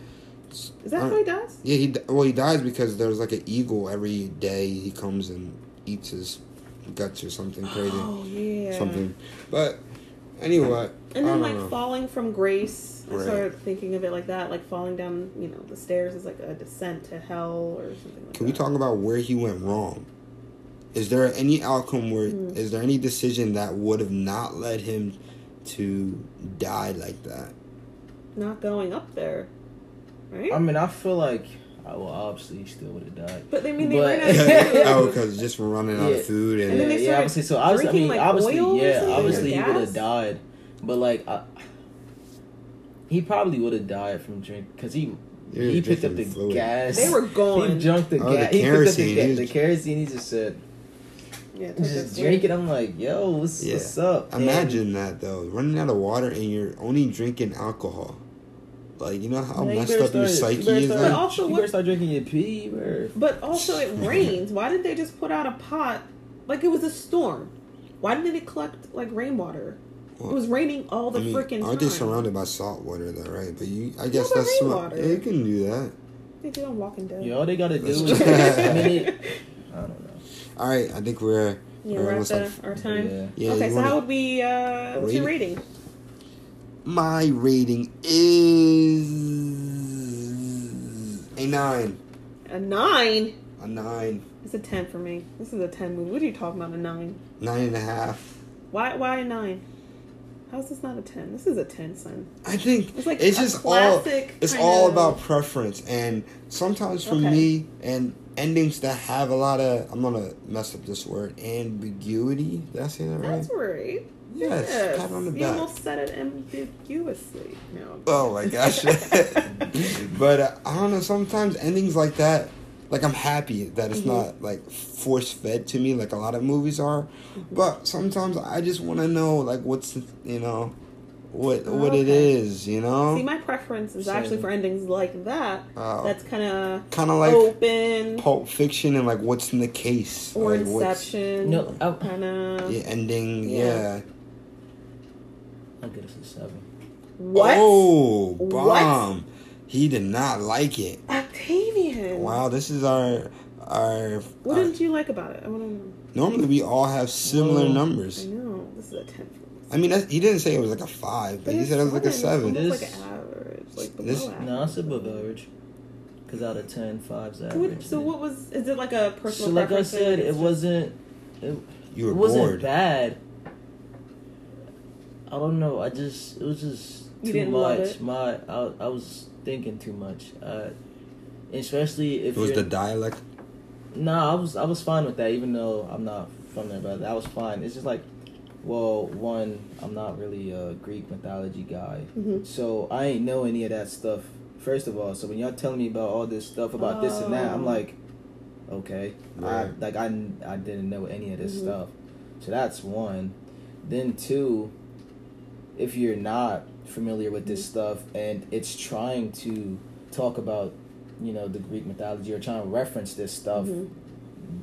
[SPEAKER 2] is that
[SPEAKER 1] I-
[SPEAKER 2] how he does?
[SPEAKER 1] yeah he well he dies because there's like an eagle every day he comes and eats his guts or something crazy
[SPEAKER 2] Oh yeah.
[SPEAKER 1] something but anyway
[SPEAKER 2] And
[SPEAKER 1] I
[SPEAKER 2] then
[SPEAKER 1] don't
[SPEAKER 2] like
[SPEAKER 1] know.
[SPEAKER 2] falling from grace. I
[SPEAKER 1] Right.
[SPEAKER 2] started thinking of it like that, like falling down, you know, the stairs is like a descent to hell or something like
[SPEAKER 1] can
[SPEAKER 2] that.
[SPEAKER 1] we talk about where he went wrong is there any outcome where is
[SPEAKER 2] Mm.
[SPEAKER 1] there any decision that would have not led him to die like that
[SPEAKER 2] Not going up there, right?
[SPEAKER 3] I mean, I feel like I well, obviously he still would have died.
[SPEAKER 2] But I mean, they
[SPEAKER 3] But-
[SPEAKER 2] ran out of food.
[SPEAKER 1] oh because just running out
[SPEAKER 3] Yeah.
[SPEAKER 1] of food and,
[SPEAKER 2] And then
[SPEAKER 3] yeah,
[SPEAKER 2] they
[SPEAKER 3] yeah,
[SPEAKER 2] started
[SPEAKER 3] obviously. So obviously, I
[SPEAKER 2] drinking,
[SPEAKER 3] mean,
[SPEAKER 2] like,
[SPEAKER 3] obviously,
[SPEAKER 2] oil or
[SPEAKER 3] yeah,
[SPEAKER 2] something, or
[SPEAKER 3] obviously he would
[SPEAKER 2] gas?
[SPEAKER 3] have died, but like, I, he probably would have died from drink because he
[SPEAKER 1] Yeah,
[SPEAKER 3] he picked up the
[SPEAKER 1] drinking fluid.
[SPEAKER 3] gas.
[SPEAKER 2] They were
[SPEAKER 3] He
[SPEAKER 2] gone.
[SPEAKER 3] junked the
[SPEAKER 1] Oh,
[SPEAKER 3] gas.
[SPEAKER 1] the
[SPEAKER 3] He picked up the,
[SPEAKER 1] kerosene,
[SPEAKER 3] ga-
[SPEAKER 1] he was-
[SPEAKER 3] the kerosene. He just said,
[SPEAKER 2] yeah, took
[SPEAKER 3] just
[SPEAKER 2] this
[SPEAKER 3] drink it.
[SPEAKER 2] drink.
[SPEAKER 3] I'm like, yo, what's,
[SPEAKER 1] Yeah.
[SPEAKER 3] what's up? And-
[SPEAKER 1] Imagine that though, running out of water and you're only drinking alcohol. Like you know how
[SPEAKER 3] Man, you
[SPEAKER 1] messed
[SPEAKER 3] better
[SPEAKER 1] up your
[SPEAKER 3] start-
[SPEAKER 1] psyche
[SPEAKER 3] you better
[SPEAKER 1] is.
[SPEAKER 3] start-
[SPEAKER 2] But
[SPEAKER 1] Now?
[SPEAKER 2] also
[SPEAKER 3] you
[SPEAKER 2] what-
[SPEAKER 3] better start drinking your pee, or
[SPEAKER 2] But also, it rains. Why did they just put out a pot? Like it was a storm. Why didn't they collect like rainwater?
[SPEAKER 1] Well,
[SPEAKER 2] it was raining all the
[SPEAKER 1] I mean,
[SPEAKER 2] freaking
[SPEAKER 1] aren't they
[SPEAKER 2] time.
[SPEAKER 1] surrounded by salt water though, right? But you, I guess
[SPEAKER 2] but
[SPEAKER 1] that's smart.
[SPEAKER 2] rainwater.
[SPEAKER 1] Yeah, you can do that.
[SPEAKER 2] They did on Walking Dead.
[SPEAKER 3] you know, all they gotta do
[SPEAKER 1] That's
[SPEAKER 3] is.
[SPEAKER 1] true.
[SPEAKER 3] I mean, it, I don't know.
[SPEAKER 1] All right, I think we're we're
[SPEAKER 2] Yeah, we're at
[SPEAKER 1] almost
[SPEAKER 2] the,
[SPEAKER 1] like
[SPEAKER 2] our time.
[SPEAKER 3] Yeah.
[SPEAKER 1] yeah.
[SPEAKER 2] okay,
[SPEAKER 1] you
[SPEAKER 2] so
[SPEAKER 1] wanna-
[SPEAKER 2] how would we? Uh, what's your
[SPEAKER 1] Rate
[SPEAKER 2] rating?
[SPEAKER 1] my rating is a nine,
[SPEAKER 2] A nine.
[SPEAKER 1] a nine,
[SPEAKER 2] It's a ten for me. This is a ten movie. What are you talking about? A nine?
[SPEAKER 1] nine and a half.
[SPEAKER 2] Why? Why a nine? How's this not a ten? This is a ten, son.
[SPEAKER 1] I think
[SPEAKER 2] It's like
[SPEAKER 1] it's
[SPEAKER 2] a
[SPEAKER 1] just
[SPEAKER 2] classic
[SPEAKER 1] all it's
[SPEAKER 2] kind
[SPEAKER 1] all
[SPEAKER 2] of-
[SPEAKER 1] about preference and sometimes for
[SPEAKER 2] Okay.
[SPEAKER 1] me and endings that have a lot of I'm gonna mess up this word ambiguity. Did I say that right?
[SPEAKER 2] That's right.
[SPEAKER 1] Yes, pat on the
[SPEAKER 2] you
[SPEAKER 1] back.
[SPEAKER 2] almost said it ambiguously. No.
[SPEAKER 1] Oh my gosh! but uh, I don't know. Sometimes endings like that, like I'm happy that it's
[SPEAKER 2] Mhm.
[SPEAKER 1] not like force fed to me like a lot of movies are.
[SPEAKER 2] Mm-hmm.
[SPEAKER 1] But sometimes I just want to know like what's you know what what it
[SPEAKER 2] Oh, Okay.
[SPEAKER 1] is. You know,
[SPEAKER 2] See, my preference is
[SPEAKER 3] Same.
[SPEAKER 2] actually for endings like that.
[SPEAKER 1] oh.
[SPEAKER 2] That's kind of
[SPEAKER 1] kind of like.
[SPEAKER 2] Oh. open
[SPEAKER 1] Pulp Fiction and like what's in the case
[SPEAKER 2] or
[SPEAKER 1] like, what's-
[SPEAKER 2] Inception.
[SPEAKER 3] No, oh. I,
[SPEAKER 2] Kind of.
[SPEAKER 1] yeah, ending.
[SPEAKER 2] Yeah.
[SPEAKER 1] Yeah.
[SPEAKER 3] I'll get us a seven.
[SPEAKER 2] What?
[SPEAKER 1] Oh,
[SPEAKER 2] What?
[SPEAKER 1] bomb. He did not like it.
[SPEAKER 2] Octavian.
[SPEAKER 1] Wow, Uh, this is our our.
[SPEAKER 2] What
[SPEAKER 1] our-
[SPEAKER 2] didn't you like about it? I want to.
[SPEAKER 1] normally we all have similar
[SPEAKER 3] Whoa.
[SPEAKER 2] I
[SPEAKER 1] numbers.
[SPEAKER 2] know this is a ten. for
[SPEAKER 1] I mean, that's, he didn't say it was like a five, but he said it was like a
[SPEAKER 2] It's
[SPEAKER 1] seven.
[SPEAKER 2] almost like
[SPEAKER 3] This-
[SPEAKER 2] an average, like below
[SPEAKER 1] this-
[SPEAKER 2] average.
[SPEAKER 3] No, it's above average. Because out of 10, five's
[SPEAKER 2] So
[SPEAKER 3] average.
[SPEAKER 2] what, so what was? Is it like a personal?
[SPEAKER 3] So like I
[SPEAKER 2] preference thing?
[SPEAKER 3] said,
[SPEAKER 2] It's
[SPEAKER 3] it
[SPEAKER 2] just-
[SPEAKER 3] wasn't. It,
[SPEAKER 1] You
[SPEAKER 3] it
[SPEAKER 1] were
[SPEAKER 3] wasn't
[SPEAKER 1] bored.
[SPEAKER 3] bad. I don't know. I just it was just
[SPEAKER 2] You
[SPEAKER 3] too
[SPEAKER 2] didn't love
[SPEAKER 3] much.
[SPEAKER 2] it?
[SPEAKER 3] My I, I was thinking too much. Uh, especially if
[SPEAKER 1] It was
[SPEAKER 3] you're-
[SPEAKER 1] the dialect.
[SPEAKER 3] Nah, I was I was fine with that, even though I'm not from there, but I was fine. It's just like, well, one, I'm not really a Greek mythology guy,
[SPEAKER 2] Mhm.
[SPEAKER 3] so I ain't know any of that stuff. First of all, so when y'all telling me about all this stuff about this and that, I'm
[SPEAKER 2] Oh.
[SPEAKER 3] like, okay, I,
[SPEAKER 1] Right.
[SPEAKER 3] like I I didn't know any of this
[SPEAKER 2] Mhm.
[SPEAKER 3] stuff. So that's one. Then two, if you're not familiar with this stuff and it's trying to talk about you know the greek mythology or trying to reference this stuff
[SPEAKER 2] Mhm.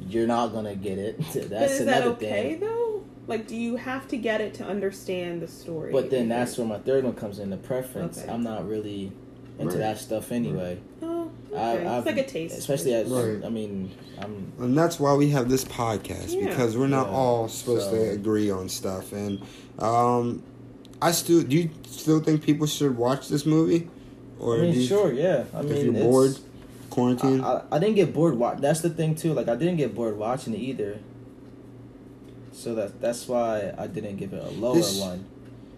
[SPEAKER 3] you're not gonna get it
[SPEAKER 2] But
[SPEAKER 3] that's
[SPEAKER 2] is that
[SPEAKER 3] another
[SPEAKER 2] okay
[SPEAKER 3] thing
[SPEAKER 2] though? Like, do you have to get it to understand the story?
[SPEAKER 3] but then that's where my third one comes in the preference
[SPEAKER 2] Okay.
[SPEAKER 3] i'm not really into
[SPEAKER 1] Right.
[SPEAKER 3] that stuff anyway
[SPEAKER 2] Oh, okay.
[SPEAKER 3] I,
[SPEAKER 2] it's
[SPEAKER 3] I've-
[SPEAKER 2] like a taste.
[SPEAKER 3] especially as
[SPEAKER 1] Right.
[SPEAKER 3] i mean i'm
[SPEAKER 1] And that's why we have this podcast
[SPEAKER 2] Yeah.
[SPEAKER 1] because we're not
[SPEAKER 3] Yeah,
[SPEAKER 1] all supposed
[SPEAKER 3] so-
[SPEAKER 1] to agree on stuff. And um, I still do. You still think people should watch this movie? Or
[SPEAKER 3] I
[SPEAKER 1] do
[SPEAKER 3] mean
[SPEAKER 1] you-
[SPEAKER 3] sure yeah i
[SPEAKER 1] if
[SPEAKER 3] mean
[SPEAKER 1] you're
[SPEAKER 3] it's-
[SPEAKER 1] bored,
[SPEAKER 3] I,
[SPEAKER 1] quarantine.
[SPEAKER 3] I, I didn't get bored wa- that's the thing too like i didn't get bored watching it either so that that's why i didn't give it a lower
[SPEAKER 1] This-
[SPEAKER 3] one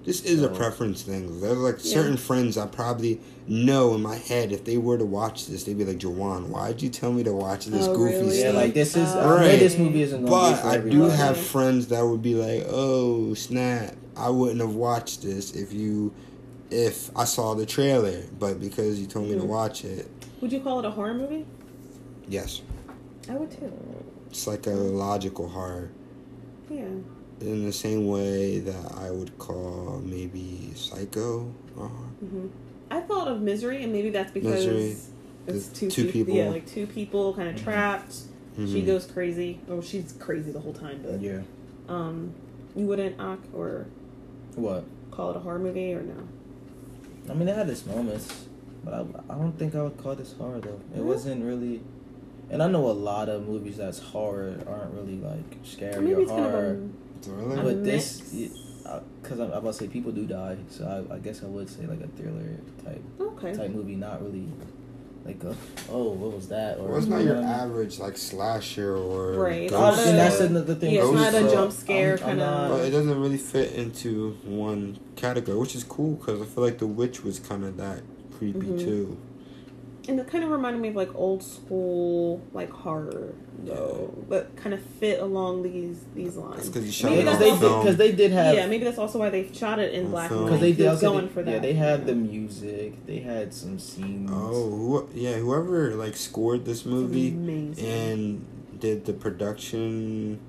[SPEAKER 1] This is a
[SPEAKER 3] So-
[SPEAKER 1] preference thing. There's like
[SPEAKER 2] Yeah.
[SPEAKER 1] certain friends I probably know in my head. If they were to watch this, they'd be like, "Jawan, why'd you tell me to watch this
[SPEAKER 2] Oh,
[SPEAKER 1] goofy
[SPEAKER 2] really?
[SPEAKER 3] yeah
[SPEAKER 1] stuff?"
[SPEAKER 3] like this is I know
[SPEAKER 1] Right.
[SPEAKER 3] this movie isn't gonna be
[SPEAKER 1] but
[SPEAKER 3] for
[SPEAKER 1] I do
[SPEAKER 3] everybody.
[SPEAKER 1] have
[SPEAKER 2] Right.
[SPEAKER 1] friends that would be like, "Oh snap! I wouldn't have watched this if you, if I saw the trailer. But because you told me to
[SPEAKER 2] Mhm.
[SPEAKER 1] watch it,
[SPEAKER 2] Would you call it a horror movie?
[SPEAKER 1] yes,
[SPEAKER 2] I would too.
[SPEAKER 1] it's like a
[SPEAKER 2] Mm-hmm.
[SPEAKER 1] logical horror."
[SPEAKER 2] Yeah.
[SPEAKER 1] In the same way that I would call maybe Psycho, uh,
[SPEAKER 2] hmm I thought of Misery, and maybe that's because
[SPEAKER 1] Misery.
[SPEAKER 2] it's
[SPEAKER 1] The
[SPEAKER 2] two,
[SPEAKER 1] two
[SPEAKER 2] people.
[SPEAKER 1] people. Mm-hmm.
[SPEAKER 2] Yeah, like two people kind of trapped. She
[SPEAKER 1] mhm.
[SPEAKER 2] goes crazy. Oh, she's crazy the whole time, but
[SPEAKER 3] yeah
[SPEAKER 2] um, you wouldn't act or
[SPEAKER 3] what
[SPEAKER 2] call it a horror movie or no?
[SPEAKER 3] I mean, it had its moments, but I, I don't think I would call this horror though. It
[SPEAKER 2] Really?
[SPEAKER 3] wasn't really, and I know a lot of movies that's horror aren't really like scary
[SPEAKER 2] maybe
[SPEAKER 3] or
[SPEAKER 2] it's kind of
[SPEAKER 3] horror.
[SPEAKER 2] a,
[SPEAKER 1] Thriller?
[SPEAKER 2] a
[SPEAKER 3] But
[SPEAKER 2] mix.
[SPEAKER 3] this- Because I'm, I'm about to say people do die, so I, I guess I would say like a thriller type
[SPEAKER 2] okay.
[SPEAKER 3] type movie, not really like a oh what was that or
[SPEAKER 1] Well, it's not your
[SPEAKER 3] um,
[SPEAKER 1] average like slasher or
[SPEAKER 2] Right.
[SPEAKER 1] ghost
[SPEAKER 2] It's not
[SPEAKER 3] Oh, and that's
[SPEAKER 1] story.
[SPEAKER 3] another thing.
[SPEAKER 2] yeah,
[SPEAKER 1] it's not a
[SPEAKER 3] so
[SPEAKER 2] jump scare
[SPEAKER 3] I'm- I'm
[SPEAKER 2] kinda-
[SPEAKER 3] not-
[SPEAKER 1] But it doesn't really fit into one category, which is cool because I feel like the witch was kind of that creepy
[SPEAKER 2] Mhm.
[SPEAKER 1] too.
[SPEAKER 2] And it kind of reminded me of like old school like horror though, but kind of fit along these these
[SPEAKER 1] That's
[SPEAKER 2] lines.
[SPEAKER 1] because you
[SPEAKER 2] I
[SPEAKER 1] shot
[SPEAKER 2] mean,
[SPEAKER 1] it
[SPEAKER 3] because
[SPEAKER 1] on
[SPEAKER 3] they
[SPEAKER 2] that's
[SPEAKER 3] did,
[SPEAKER 1] film.
[SPEAKER 3] because they did have
[SPEAKER 2] yeah, maybe that's also why they shot it in
[SPEAKER 1] On
[SPEAKER 2] black.
[SPEAKER 1] film.
[SPEAKER 2] and
[SPEAKER 3] Because
[SPEAKER 2] white.
[SPEAKER 3] they
[SPEAKER 2] He
[SPEAKER 3] did
[SPEAKER 2] was
[SPEAKER 3] also
[SPEAKER 2] going
[SPEAKER 3] did-
[SPEAKER 2] for that.
[SPEAKER 3] Yeah, they had the music. They had some scenes.
[SPEAKER 1] oh, who, yeah, whoever like scored this
[SPEAKER 2] It's
[SPEAKER 1] movie
[SPEAKER 2] Amazing.
[SPEAKER 1] and did the production,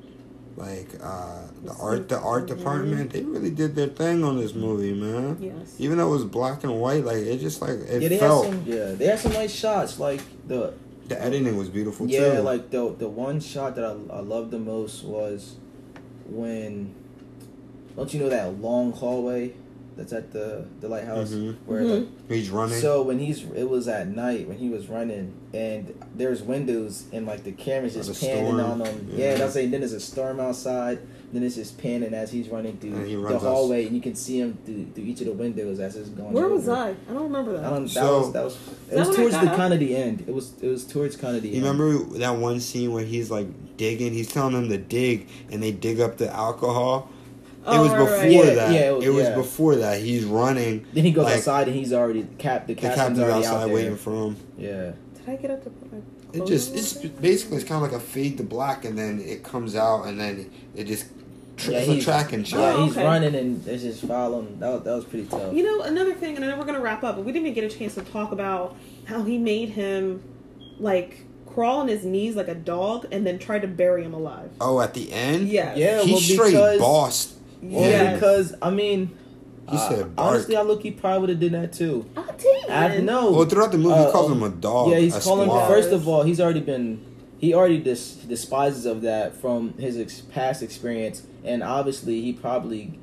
[SPEAKER 1] like uh, the
[SPEAKER 2] It's
[SPEAKER 1] art, the art
[SPEAKER 2] amazing.
[SPEAKER 1] department, they really did their thing on this movie, man.
[SPEAKER 2] yes.
[SPEAKER 1] Even though it was black and white, like it just like it
[SPEAKER 3] yeah, they
[SPEAKER 1] felt
[SPEAKER 3] had some. Yeah, they had some nice shots. Like the
[SPEAKER 1] the editing was beautiful
[SPEAKER 3] yeah,
[SPEAKER 1] too.
[SPEAKER 3] like the the one shot that I I loved the most was when don't you know that long hallway that's at the the lighthouse
[SPEAKER 1] Mhm.
[SPEAKER 3] where
[SPEAKER 2] Mhm.
[SPEAKER 1] he's running.
[SPEAKER 3] so when he's it was at night when he was running and there's windows and like the camera's
[SPEAKER 1] Oh,
[SPEAKER 3] just
[SPEAKER 1] the
[SPEAKER 3] panning
[SPEAKER 1] storm.
[SPEAKER 3] on him. Yeah,
[SPEAKER 1] Yeah.
[SPEAKER 3] that's like then there's a storm outside. Then it's just panning as he's running through
[SPEAKER 1] And he
[SPEAKER 3] the
[SPEAKER 1] runs us.
[SPEAKER 3] hallway, and you can see him through, through each of the windows as it's going.
[SPEAKER 2] Where was
[SPEAKER 3] over.
[SPEAKER 2] I? I don't remember that.
[SPEAKER 3] I don't. That
[SPEAKER 1] So-
[SPEAKER 3] was that was. It
[SPEAKER 2] that
[SPEAKER 3] was
[SPEAKER 2] when I
[SPEAKER 3] towards
[SPEAKER 2] got
[SPEAKER 3] the
[SPEAKER 2] up?
[SPEAKER 3] kind of the end. It was it was towards kind of the
[SPEAKER 1] You
[SPEAKER 3] end.
[SPEAKER 1] remember that one scene where he's like digging? He's telling them to dig, and they dig up the alcohol. it
[SPEAKER 2] Oh,
[SPEAKER 1] was
[SPEAKER 2] right, right,
[SPEAKER 1] before
[SPEAKER 3] Yeah,
[SPEAKER 1] that.
[SPEAKER 3] yeah,
[SPEAKER 1] it
[SPEAKER 3] it
[SPEAKER 1] was,
[SPEAKER 3] was- yeah.
[SPEAKER 1] before that. He's running.
[SPEAKER 3] Then he goes
[SPEAKER 1] Like-
[SPEAKER 3] outside and he's already cap. The
[SPEAKER 1] The
[SPEAKER 3] captain's
[SPEAKER 1] captain's
[SPEAKER 3] already
[SPEAKER 1] outside
[SPEAKER 3] out there.
[SPEAKER 1] waiting for him.
[SPEAKER 3] Yeah,
[SPEAKER 2] Did I get up to put my
[SPEAKER 1] It
[SPEAKER 2] clothes
[SPEAKER 1] just
[SPEAKER 2] on
[SPEAKER 1] it's
[SPEAKER 2] there?
[SPEAKER 1] basically it's kind of like a fade to black, and then it comes out, and then it just tra-
[SPEAKER 3] Yeah,
[SPEAKER 1] it's a
[SPEAKER 3] he's-
[SPEAKER 1] tracking
[SPEAKER 3] yeah,
[SPEAKER 1] shot.
[SPEAKER 2] Oh,
[SPEAKER 3] he's
[SPEAKER 2] okay.
[SPEAKER 3] running and it's just following. That was, that was pretty tough.
[SPEAKER 2] You know, another thing, and I know we're gonna wrap up, but we didn't even get a chance to talk about how he made him like crawl on his knees like a dog and then tried to bury him alive.
[SPEAKER 1] Oh, at the end,
[SPEAKER 2] Yeah.
[SPEAKER 3] Yeah,
[SPEAKER 1] he
[SPEAKER 3] well,
[SPEAKER 1] straight
[SPEAKER 3] because,
[SPEAKER 1] bossed.
[SPEAKER 3] Well,
[SPEAKER 1] Yeah.
[SPEAKER 3] because I mean,
[SPEAKER 1] He
[SPEAKER 3] uh,
[SPEAKER 1] said bark.
[SPEAKER 3] honestly, I look he probably would have did that too.
[SPEAKER 2] I'll tell you,
[SPEAKER 3] I
[SPEAKER 2] man.
[SPEAKER 3] know.
[SPEAKER 1] Well, throughout the movie, he
[SPEAKER 3] Uh,
[SPEAKER 1] calls
[SPEAKER 3] oh,
[SPEAKER 1] him a dog.
[SPEAKER 3] yeah, he's
[SPEAKER 1] a
[SPEAKER 3] calling.
[SPEAKER 1] squad.
[SPEAKER 2] squad.
[SPEAKER 3] First of all, he's already been. He already dis- despises of that from his ex- past experience, and obviously he probably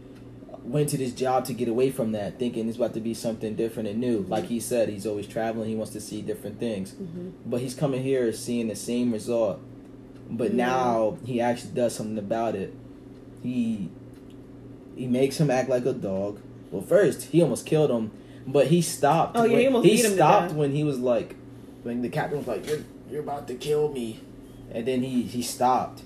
[SPEAKER 3] went to this job to get away from that, thinking it's about to be something different and new. Like he said, he's always traveling. He wants to see different things,
[SPEAKER 2] Mm-hmm.
[SPEAKER 3] but he's coming here seeing the same result. But
[SPEAKER 2] Yeah.
[SPEAKER 3] now he actually does something about it. He he makes him act like a dog. Well, first he almost killed him, but he stopped.
[SPEAKER 2] Oh, yeah, he
[SPEAKER 3] when,
[SPEAKER 2] almost beat him to
[SPEAKER 3] stopped
[SPEAKER 2] death.
[SPEAKER 3] when he was like, when the captain was like, "You're you're about to kill me," and then he he stopped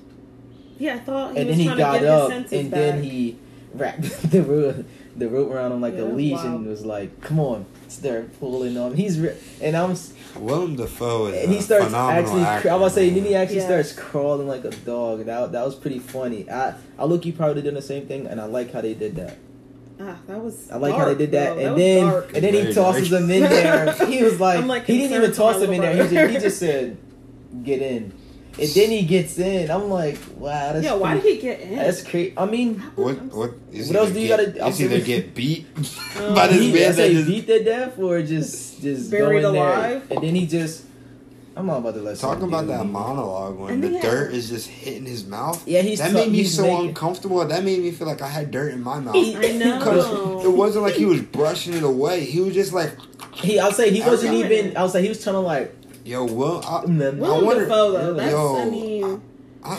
[SPEAKER 2] Yeah, I thought Oh, he
[SPEAKER 3] and
[SPEAKER 2] was
[SPEAKER 3] then he
[SPEAKER 2] trying to
[SPEAKER 3] got
[SPEAKER 2] get
[SPEAKER 3] up,
[SPEAKER 2] his
[SPEAKER 3] and
[SPEAKER 2] senses back.
[SPEAKER 3] then he wrapped the rope, the rope around him like
[SPEAKER 2] Yeah,
[SPEAKER 3] a
[SPEAKER 2] that's
[SPEAKER 3] leash,
[SPEAKER 2] wild.
[SPEAKER 3] and was like, "Come on!" Start pulling on. him. He's re- and I'm s-
[SPEAKER 1] Willem Dafoe is
[SPEAKER 3] and he
[SPEAKER 1] a
[SPEAKER 3] starts
[SPEAKER 1] phenomenal
[SPEAKER 3] actually.
[SPEAKER 1] actor,
[SPEAKER 3] Actor, I'm about to say,
[SPEAKER 1] man.
[SPEAKER 3] then he actually
[SPEAKER 2] Yeah.
[SPEAKER 3] starts crawling like a dog. That that was pretty funny. I I look, he probably done the same thing, and I like how they did that.
[SPEAKER 2] ah, that was.
[SPEAKER 3] I like how
[SPEAKER 2] dark,
[SPEAKER 3] they did that,
[SPEAKER 2] though.
[SPEAKER 3] and
[SPEAKER 2] was
[SPEAKER 3] then
[SPEAKER 2] dark.
[SPEAKER 3] and then
[SPEAKER 1] Very
[SPEAKER 3] he tosses
[SPEAKER 1] dark.
[SPEAKER 3] him in there. He was like,
[SPEAKER 2] I'm, like,
[SPEAKER 3] he didn't even
[SPEAKER 2] concerned for my
[SPEAKER 3] toss him in
[SPEAKER 2] little
[SPEAKER 3] there. He just, he
[SPEAKER 2] brother.
[SPEAKER 3] just said, "Get in," and then he gets in. I'm like, wow, that's
[SPEAKER 2] yeah, why
[SPEAKER 3] pretty-
[SPEAKER 2] did he get in?
[SPEAKER 3] That's crazy. I mean.
[SPEAKER 1] What what is
[SPEAKER 3] What else do you
[SPEAKER 1] get,
[SPEAKER 3] gotta- I'm
[SPEAKER 1] Is either
[SPEAKER 3] sorry.
[SPEAKER 1] get beat
[SPEAKER 2] Um,
[SPEAKER 1] by this
[SPEAKER 3] Beat- I
[SPEAKER 1] man that
[SPEAKER 3] say
[SPEAKER 1] just
[SPEAKER 3] beat to death or just just
[SPEAKER 2] Buried
[SPEAKER 3] go in there.
[SPEAKER 2] alive?
[SPEAKER 3] and then he just. I'm not about to let
[SPEAKER 1] talking about
[SPEAKER 3] something do
[SPEAKER 1] that
[SPEAKER 3] me.
[SPEAKER 1] monologue when
[SPEAKER 2] And
[SPEAKER 1] the
[SPEAKER 2] he had-
[SPEAKER 1] dirt is just hitting his mouth.
[SPEAKER 3] Yeah, he's
[SPEAKER 1] that
[SPEAKER 3] ta-
[SPEAKER 1] made me
[SPEAKER 3] he's
[SPEAKER 1] so
[SPEAKER 3] making-
[SPEAKER 1] uncomfortable. That made me feel like I had dirt in my mouth.
[SPEAKER 3] He-
[SPEAKER 2] I know.
[SPEAKER 1] Because it wasn't like he was brushing it away. He was just like,
[SPEAKER 3] He, I'll say he
[SPEAKER 1] I
[SPEAKER 3] wasn't
[SPEAKER 2] remember.
[SPEAKER 3] even. I'll say he was trying to like.
[SPEAKER 1] yo, Will, I,
[SPEAKER 3] mm,
[SPEAKER 2] Willem
[SPEAKER 1] wonder-
[SPEAKER 2] Dafoe, though. That's,
[SPEAKER 1] Yo,
[SPEAKER 2] I mean,
[SPEAKER 1] I,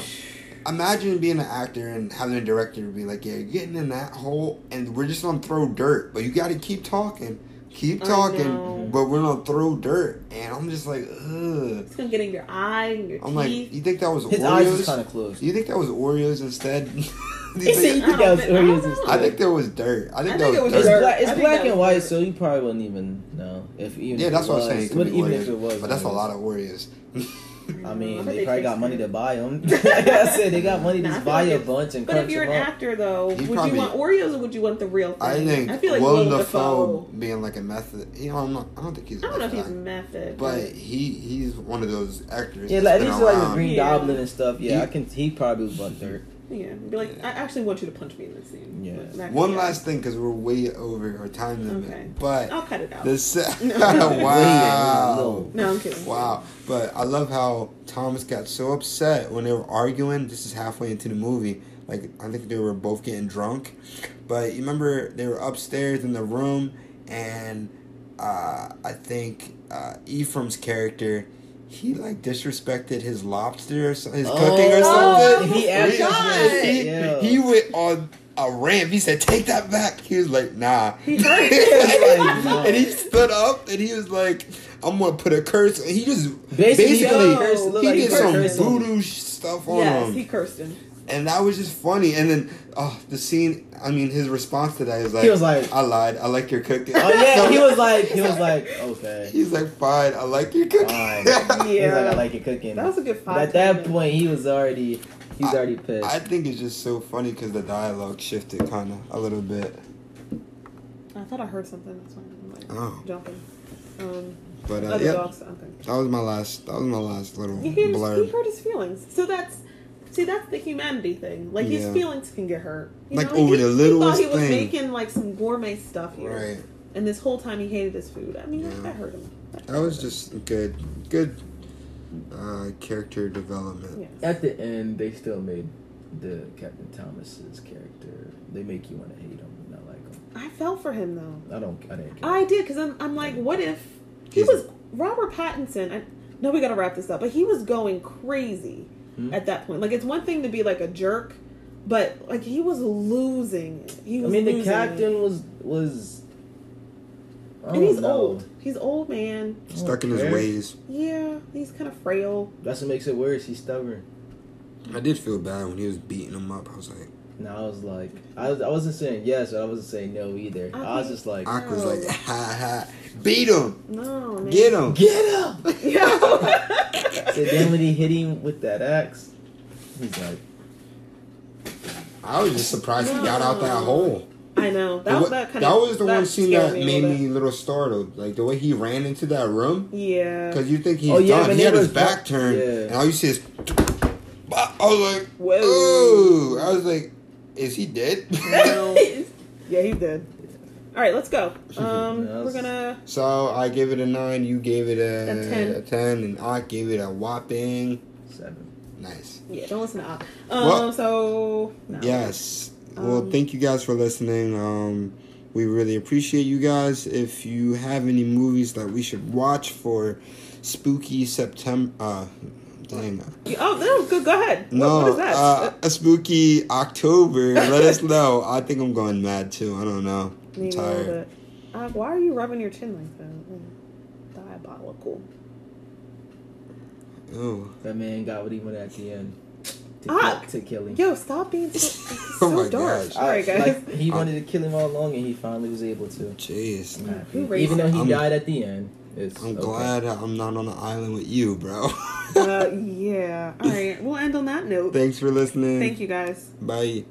[SPEAKER 1] imagine being an actor and having a director be like, yeah, you're getting in that hole and we're just gonna throw dirt, but you gotta keep talking. Keep
[SPEAKER 2] I know.
[SPEAKER 1] talking, but we're gonna throw dirt, and I'm just like, ugh.
[SPEAKER 2] it's gonna get in your eye and your
[SPEAKER 1] I'm like,
[SPEAKER 2] teeth.
[SPEAKER 1] you think that was
[SPEAKER 3] His eyes
[SPEAKER 1] Oreos?
[SPEAKER 3] was kind of closed.
[SPEAKER 1] you think that was Oreos instead? You
[SPEAKER 3] He said
[SPEAKER 1] think-
[SPEAKER 3] he think
[SPEAKER 2] I
[SPEAKER 3] that was
[SPEAKER 2] don't thi- I
[SPEAKER 3] Oreos
[SPEAKER 2] don't
[SPEAKER 3] instead.
[SPEAKER 2] know.
[SPEAKER 1] I think there was dirt. I think,
[SPEAKER 2] I
[SPEAKER 1] there
[SPEAKER 2] think
[SPEAKER 1] was
[SPEAKER 2] it was
[SPEAKER 3] It's
[SPEAKER 1] dirt.
[SPEAKER 2] dirt.
[SPEAKER 3] black, it's
[SPEAKER 2] I think
[SPEAKER 3] black
[SPEAKER 2] that was
[SPEAKER 3] and white,
[SPEAKER 2] dirt.
[SPEAKER 3] so you probably wouldn't even know if even.
[SPEAKER 1] Yeah,
[SPEAKER 3] if
[SPEAKER 1] that's
[SPEAKER 3] it
[SPEAKER 1] what I'm
[SPEAKER 3] was.
[SPEAKER 1] saying. it could
[SPEAKER 3] But
[SPEAKER 1] be
[SPEAKER 3] even
[SPEAKER 1] Oreos.
[SPEAKER 3] if it was,
[SPEAKER 1] but that's a
[SPEAKER 3] Oreos.
[SPEAKER 1] lot of Oreos.
[SPEAKER 3] I
[SPEAKER 2] I
[SPEAKER 3] mean,
[SPEAKER 2] bet
[SPEAKER 3] they
[SPEAKER 2] they
[SPEAKER 3] probably got
[SPEAKER 2] fixed
[SPEAKER 3] money
[SPEAKER 2] it.
[SPEAKER 3] to buy them. like I said, they got money to
[SPEAKER 2] Nah, I
[SPEAKER 3] just
[SPEAKER 2] feel
[SPEAKER 3] buy
[SPEAKER 2] like
[SPEAKER 3] a
[SPEAKER 2] it's-
[SPEAKER 3] bunch and
[SPEAKER 2] But if
[SPEAKER 3] crunch
[SPEAKER 2] you're an
[SPEAKER 3] them up.
[SPEAKER 2] actor, though, would
[SPEAKER 1] probably-
[SPEAKER 2] you want Oreos or would you want the real thing?
[SPEAKER 1] I think
[SPEAKER 2] I feel like
[SPEAKER 1] Willem
[SPEAKER 2] Willem
[SPEAKER 1] Dafoe
[SPEAKER 2] Dafoe.
[SPEAKER 1] being like a method. You know, I'm not. I don't think he's.
[SPEAKER 2] I don't know if
[SPEAKER 1] method
[SPEAKER 2] he's
[SPEAKER 1] actor,
[SPEAKER 2] method,
[SPEAKER 1] But he he's one of those actors.
[SPEAKER 3] Yeah,
[SPEAKER 1] that's been
[SPEAKER 3] like this is like the
[SPEAKER 1] around.
[SPEAKER 3] Green
[SPEAKER 2] Yeah.
[SPEAKER 3] Goblin and stuff. Yeah,
[SPEAKER 1] You-
[SPEAKER 3] I can. He probably was about dirt.
[SPEAKER 2] yeah, be like, I actually want you to punch me in this scene.
[SPEAKER 3] Yeah.
[SPEAKER 2] That-
[SPEAKER 1] One
[SPEAKER 2] yeah.
[SPEAKER 1] last thing because we're way over our time limit.
[SPEAKER 2] Okay. Oh.
[SPEAKER 1] But
[SPEAKER 2] I'll cut it out.
[SPEAKER 1] this
[SPEAKER 3] Way
[SPEAKER 1] Oh, wow.
[SPEAKER 3] over.
[SPEAKER 2] no, I'm kidding.
[SPEAKER 1] Wow, but I love how Thomas got so upset when they were arguing. This is halfway into the movie. Like I think they were both getting drunk, but you remember they were upstairs in the room, and uh, I think uh, Ephraim's character, he like disrespected his lobster or so, his cooking or
[SPEAKER 2] Oh,
[SPEAKER 1] something.
[SPEAKER 2] he
[SPEAKER 1] He-
[SPEAKER 2] actually
[SPEAKER 1] he,
[SPEAKER 3] did,
[SPEAKER 1] he
[SPEAKER 3] yeah.
[SPEAKER 1] went on a ramp. He said, "Take that back." He was like, "Nah."
[SPEAKER 2] He heard it.
[SPEAKER 3] Like, no.
[SPEAKER 1] and he stood up and he was like, "I'm gonna put a curse." And he just
[SPEAKER 3] Basically,
[SPEAKER 1] Basically,
[SPEAKER 3] he cursed- looked
[SPEAKER 1] he
[SPEAKER 3] like
[SPEAKER 1] did
[SPEAKER 2] cursed
[SPEAKER 1] some
[SPEAKER 2] him.
[SPEAKER 3] cursed him.
[SPEAKER 1] voodoo sh- stuff on
[SPEAKER 2] yes,
[SPEAKER 1] him,
[SPEAKER 2] he cursed him.
[SPEAKER 1] and that was just funny. And then, oh, the scene. I mean, his response to that is like,
[SPEAKER 3] He was like-
[SPEAKER 1] "I lied. I like your cooking."
[SPEAKER 3] Oh yeah,
[SPEAKER 1] No,
[SPEAKER 3] he was like, he was like, okay.
[SPEAKER 1] he's like, "Fine, I like your cooking."
[SPEAKER 3] Fine. He was like, I
[SPEAKER 2] Yeah,
[SPEAKER 3] like your cooking.
[SPEAKER 2] that was a good
[SPEAKER 3] but
[SPEAKER 2] five.
[SPEAKER 3] at that point, he was already, he was already pissed.
[SPEAKER 1] I think it's just so funny because the dialogue shifted kind of a little bit.
[SPEAKER 2] I thought I heard something. That's why I'm like
[SPEAKER 1] Oh.
[SPEAKER 2] jumping. Um,
[SPEAKER 1] But uh,
[SPEAKER 2] other
[SPEAKER 1] yeah,
[SPEAKER 2] dogs. Okay.
[SPEAKER 1] that was my last. That was my last little
[SPEAKER 2] He hurt, he
[SPEAKER 1] blurb.
[SPEAKER 2] hurt his feelings. So that's see, that's the humanity thing. Like his
[SPEAKER 1] Yeah.
[SPEAKER 2] feelings can get hurt. You
[SPEAKER 1] Like,
[SPEAKER 2] know, he-
[SPEAKER 1] over the
[SPEAKER 2] he,
[SPEAKER 1] littlest
[SPEAKER 2] he thought he was
[SPEAKER 1] thing.
[SPEAKER 2] making like some gourmet stuff here,
[SPEAKER 1] Right.
[SPEAKER 2] and this whole time he hated his food. I mean,
[SPEAKER 1] Yeah.
[SPEAKER 2] that, that hurt him.
[SPEAKER 1] That was just good. Good. Uh, character development.
[SPEAKER 2] Yeah.
[SPEAKER 3] at the end, they still made the Captain Thomas's character. They make you want to hate him, not like him.
[SPEAKER 2] I fell for him though.
[SPEAKER 3] I don't, I didn't care.
[SPEAKER 2] I did because I'm, I'm like, what if he
[SPEAKER 1] He's-
[SPEAKER 2] was Robert Pattinson? I, no, we got to wrap this up, but he was going crazy
[SPEAKER 3] Mhm.
[SPEAKER 2] at that point. Like, it's one thing to be like a jerk, but like he was losing. it. He
[SPEAKER 3] I
[SPEAKER 2] was
[SPEAKER 3] mean, the
[SPEAKER 2] losing it.
[SPEAKER 3] captain was was. I
[SPEAKER 2] and he's
[SPEAKER 3] don't know.
[SPEAKER 2] old. He's old man.
[SPEAKER 3] I don't
[SPEAKER 1] Stuck in
[SPEAKER 3] care.
[SPEAKER 1] his ways.
[SPEAKER 2] Yeah, he's kind of frail.
[SPEAKER 3] That's what makes it worse. He's stubborn.
[SPEAKER 1] I did feel bad when he was beating him up. I was like,
[SPEAKER 3] And I was like, I, was, I wasn't saying yes, but I wasn't saying no either. I, was
[SPEAKER 2] Okay.
[SPEAKER 3] just like,
[SPEAKER 1] I was like, ha ha, beat him,
[SPEAKER 2] No, man.
[SPEAKER 1] get him.
[SPEAKER 3] get him.
[SPEAKER 2] Yeah.
[SPEAKER 3] So then when he hit him with that axe, he's like,
[SPEAKER 1] I was just surprised he got out that hole.
[SPEAKER 2] I know that,
[SPEAKER 1] The wa-
[SPEAKER 2] that kind
[SPEAKER 1] that
[SPEAKER 2] of
[SPEAKER 1] was the one scene
[SPEAKER 2] scared
[SPEAKER 1] that
[SPEAKER 2] a
[SPEAKER 1] made
[SPEAKER 2] little
[SPEAKER 1] me a little startled. Like the way he ran into that room,
[SPEAKER 2] bit. Yeah.
[SPEAKER 1] because you think he's
[SPEAKER 3] Oh, yeah,
[SPEAKER 1] done.
[SPEAKER 3] when
[SPEAKER 1] He
[SPEAKER 3] he
[SPEAKER 1] had his
[SPEAKER 3] was-
[SPEAKER 1] back turned,
[SPEAKER 3] yeah.
[SPEAKER 1] and all you see is. I was like,
[SPEAKER 2] Whoa.
[SPEAKER 1] oh! I was like, is he dead?
[SPEAKER 2] No. yeah, he did. All right, let's go. Um,
[SPEAKER 3] Yes.
[SPEAKER 2] we're gonna.
[SPEAKER 1] so I gave it a nine. You gave it a,
[SPEAKER 2] A 10.
[SPEAKER 1] a ten, and I gave it a whopping
[SPEAKER 3] seven.
[SPEAKER 1] nice.
[SPEAKER 2] Yeah, don't listen to Op. Um,
[SPEAKER 1] Well-
[SPEAKER 2] so no.
[SPEAKER 1] Yes. well,
[SPEAKER 2] Um,
[SPEAKER 1] thank you guys for listening. Um, we really appreciate you guys. If you have any movies that we should watch for spooky September, uh, dang,
[SPEAKER 2] Oh no, go, go ahead. What-
[SPEAKER 1] no,
[SPEAKER 2] what is that?
[SPEAKER 1] uh, a spooky October. Let us know. I think I'm going mad too. I don't know.
[SPEAKER 2] You
[SPEAKER 1] I'm
[SPEAKER 2] know,
[SPEAKER 1] tired.
[SPEAKER 2] but, uh, why are you rubbing your chin like that? Mm, Diabolical.
[SPEAKER 1] Oh,
[SPEAKER 3] That man got what he wanted at the end. To,
[SPEAKER 2] Ah!
[SPEAKER 3] kill, to kill him.
[SPEAKER 2] Yo, stop being so,
[SPEAKER 1] Oh
[SPEAKER 2] so
[SPEAKER 1] my
[SPEAKER 2] dark.
[SPEAKER 1] gosh.
[SPEAKER 2] All right,
[SPEAKER 3] I-
[SPEAKER 2] guys.
[SPEAKER 3] like, he wanted to kill him all along, and he finally was able to.
[SPEAKER 1] jeez.
[SPEAKER 3] I'm happy.
[SPEAKER 2] Who raised
[SPEAKER 3] Even though he
[SPEAKER 1] him?
[SPEAKER 3] died at the end, it's
[SPEAKER 1] I'm
[SPEAKER 3] okay.
[SPEAKER 1] glad I'm not on the island with you, bro.
[SPEAKER 2] uh, yeah. All right. We'll end on that note.
[SPEAKER 1] Thanks for listening.
[SPEAKER 2] Thank you, guys.
[SPEAKER 1] Bye.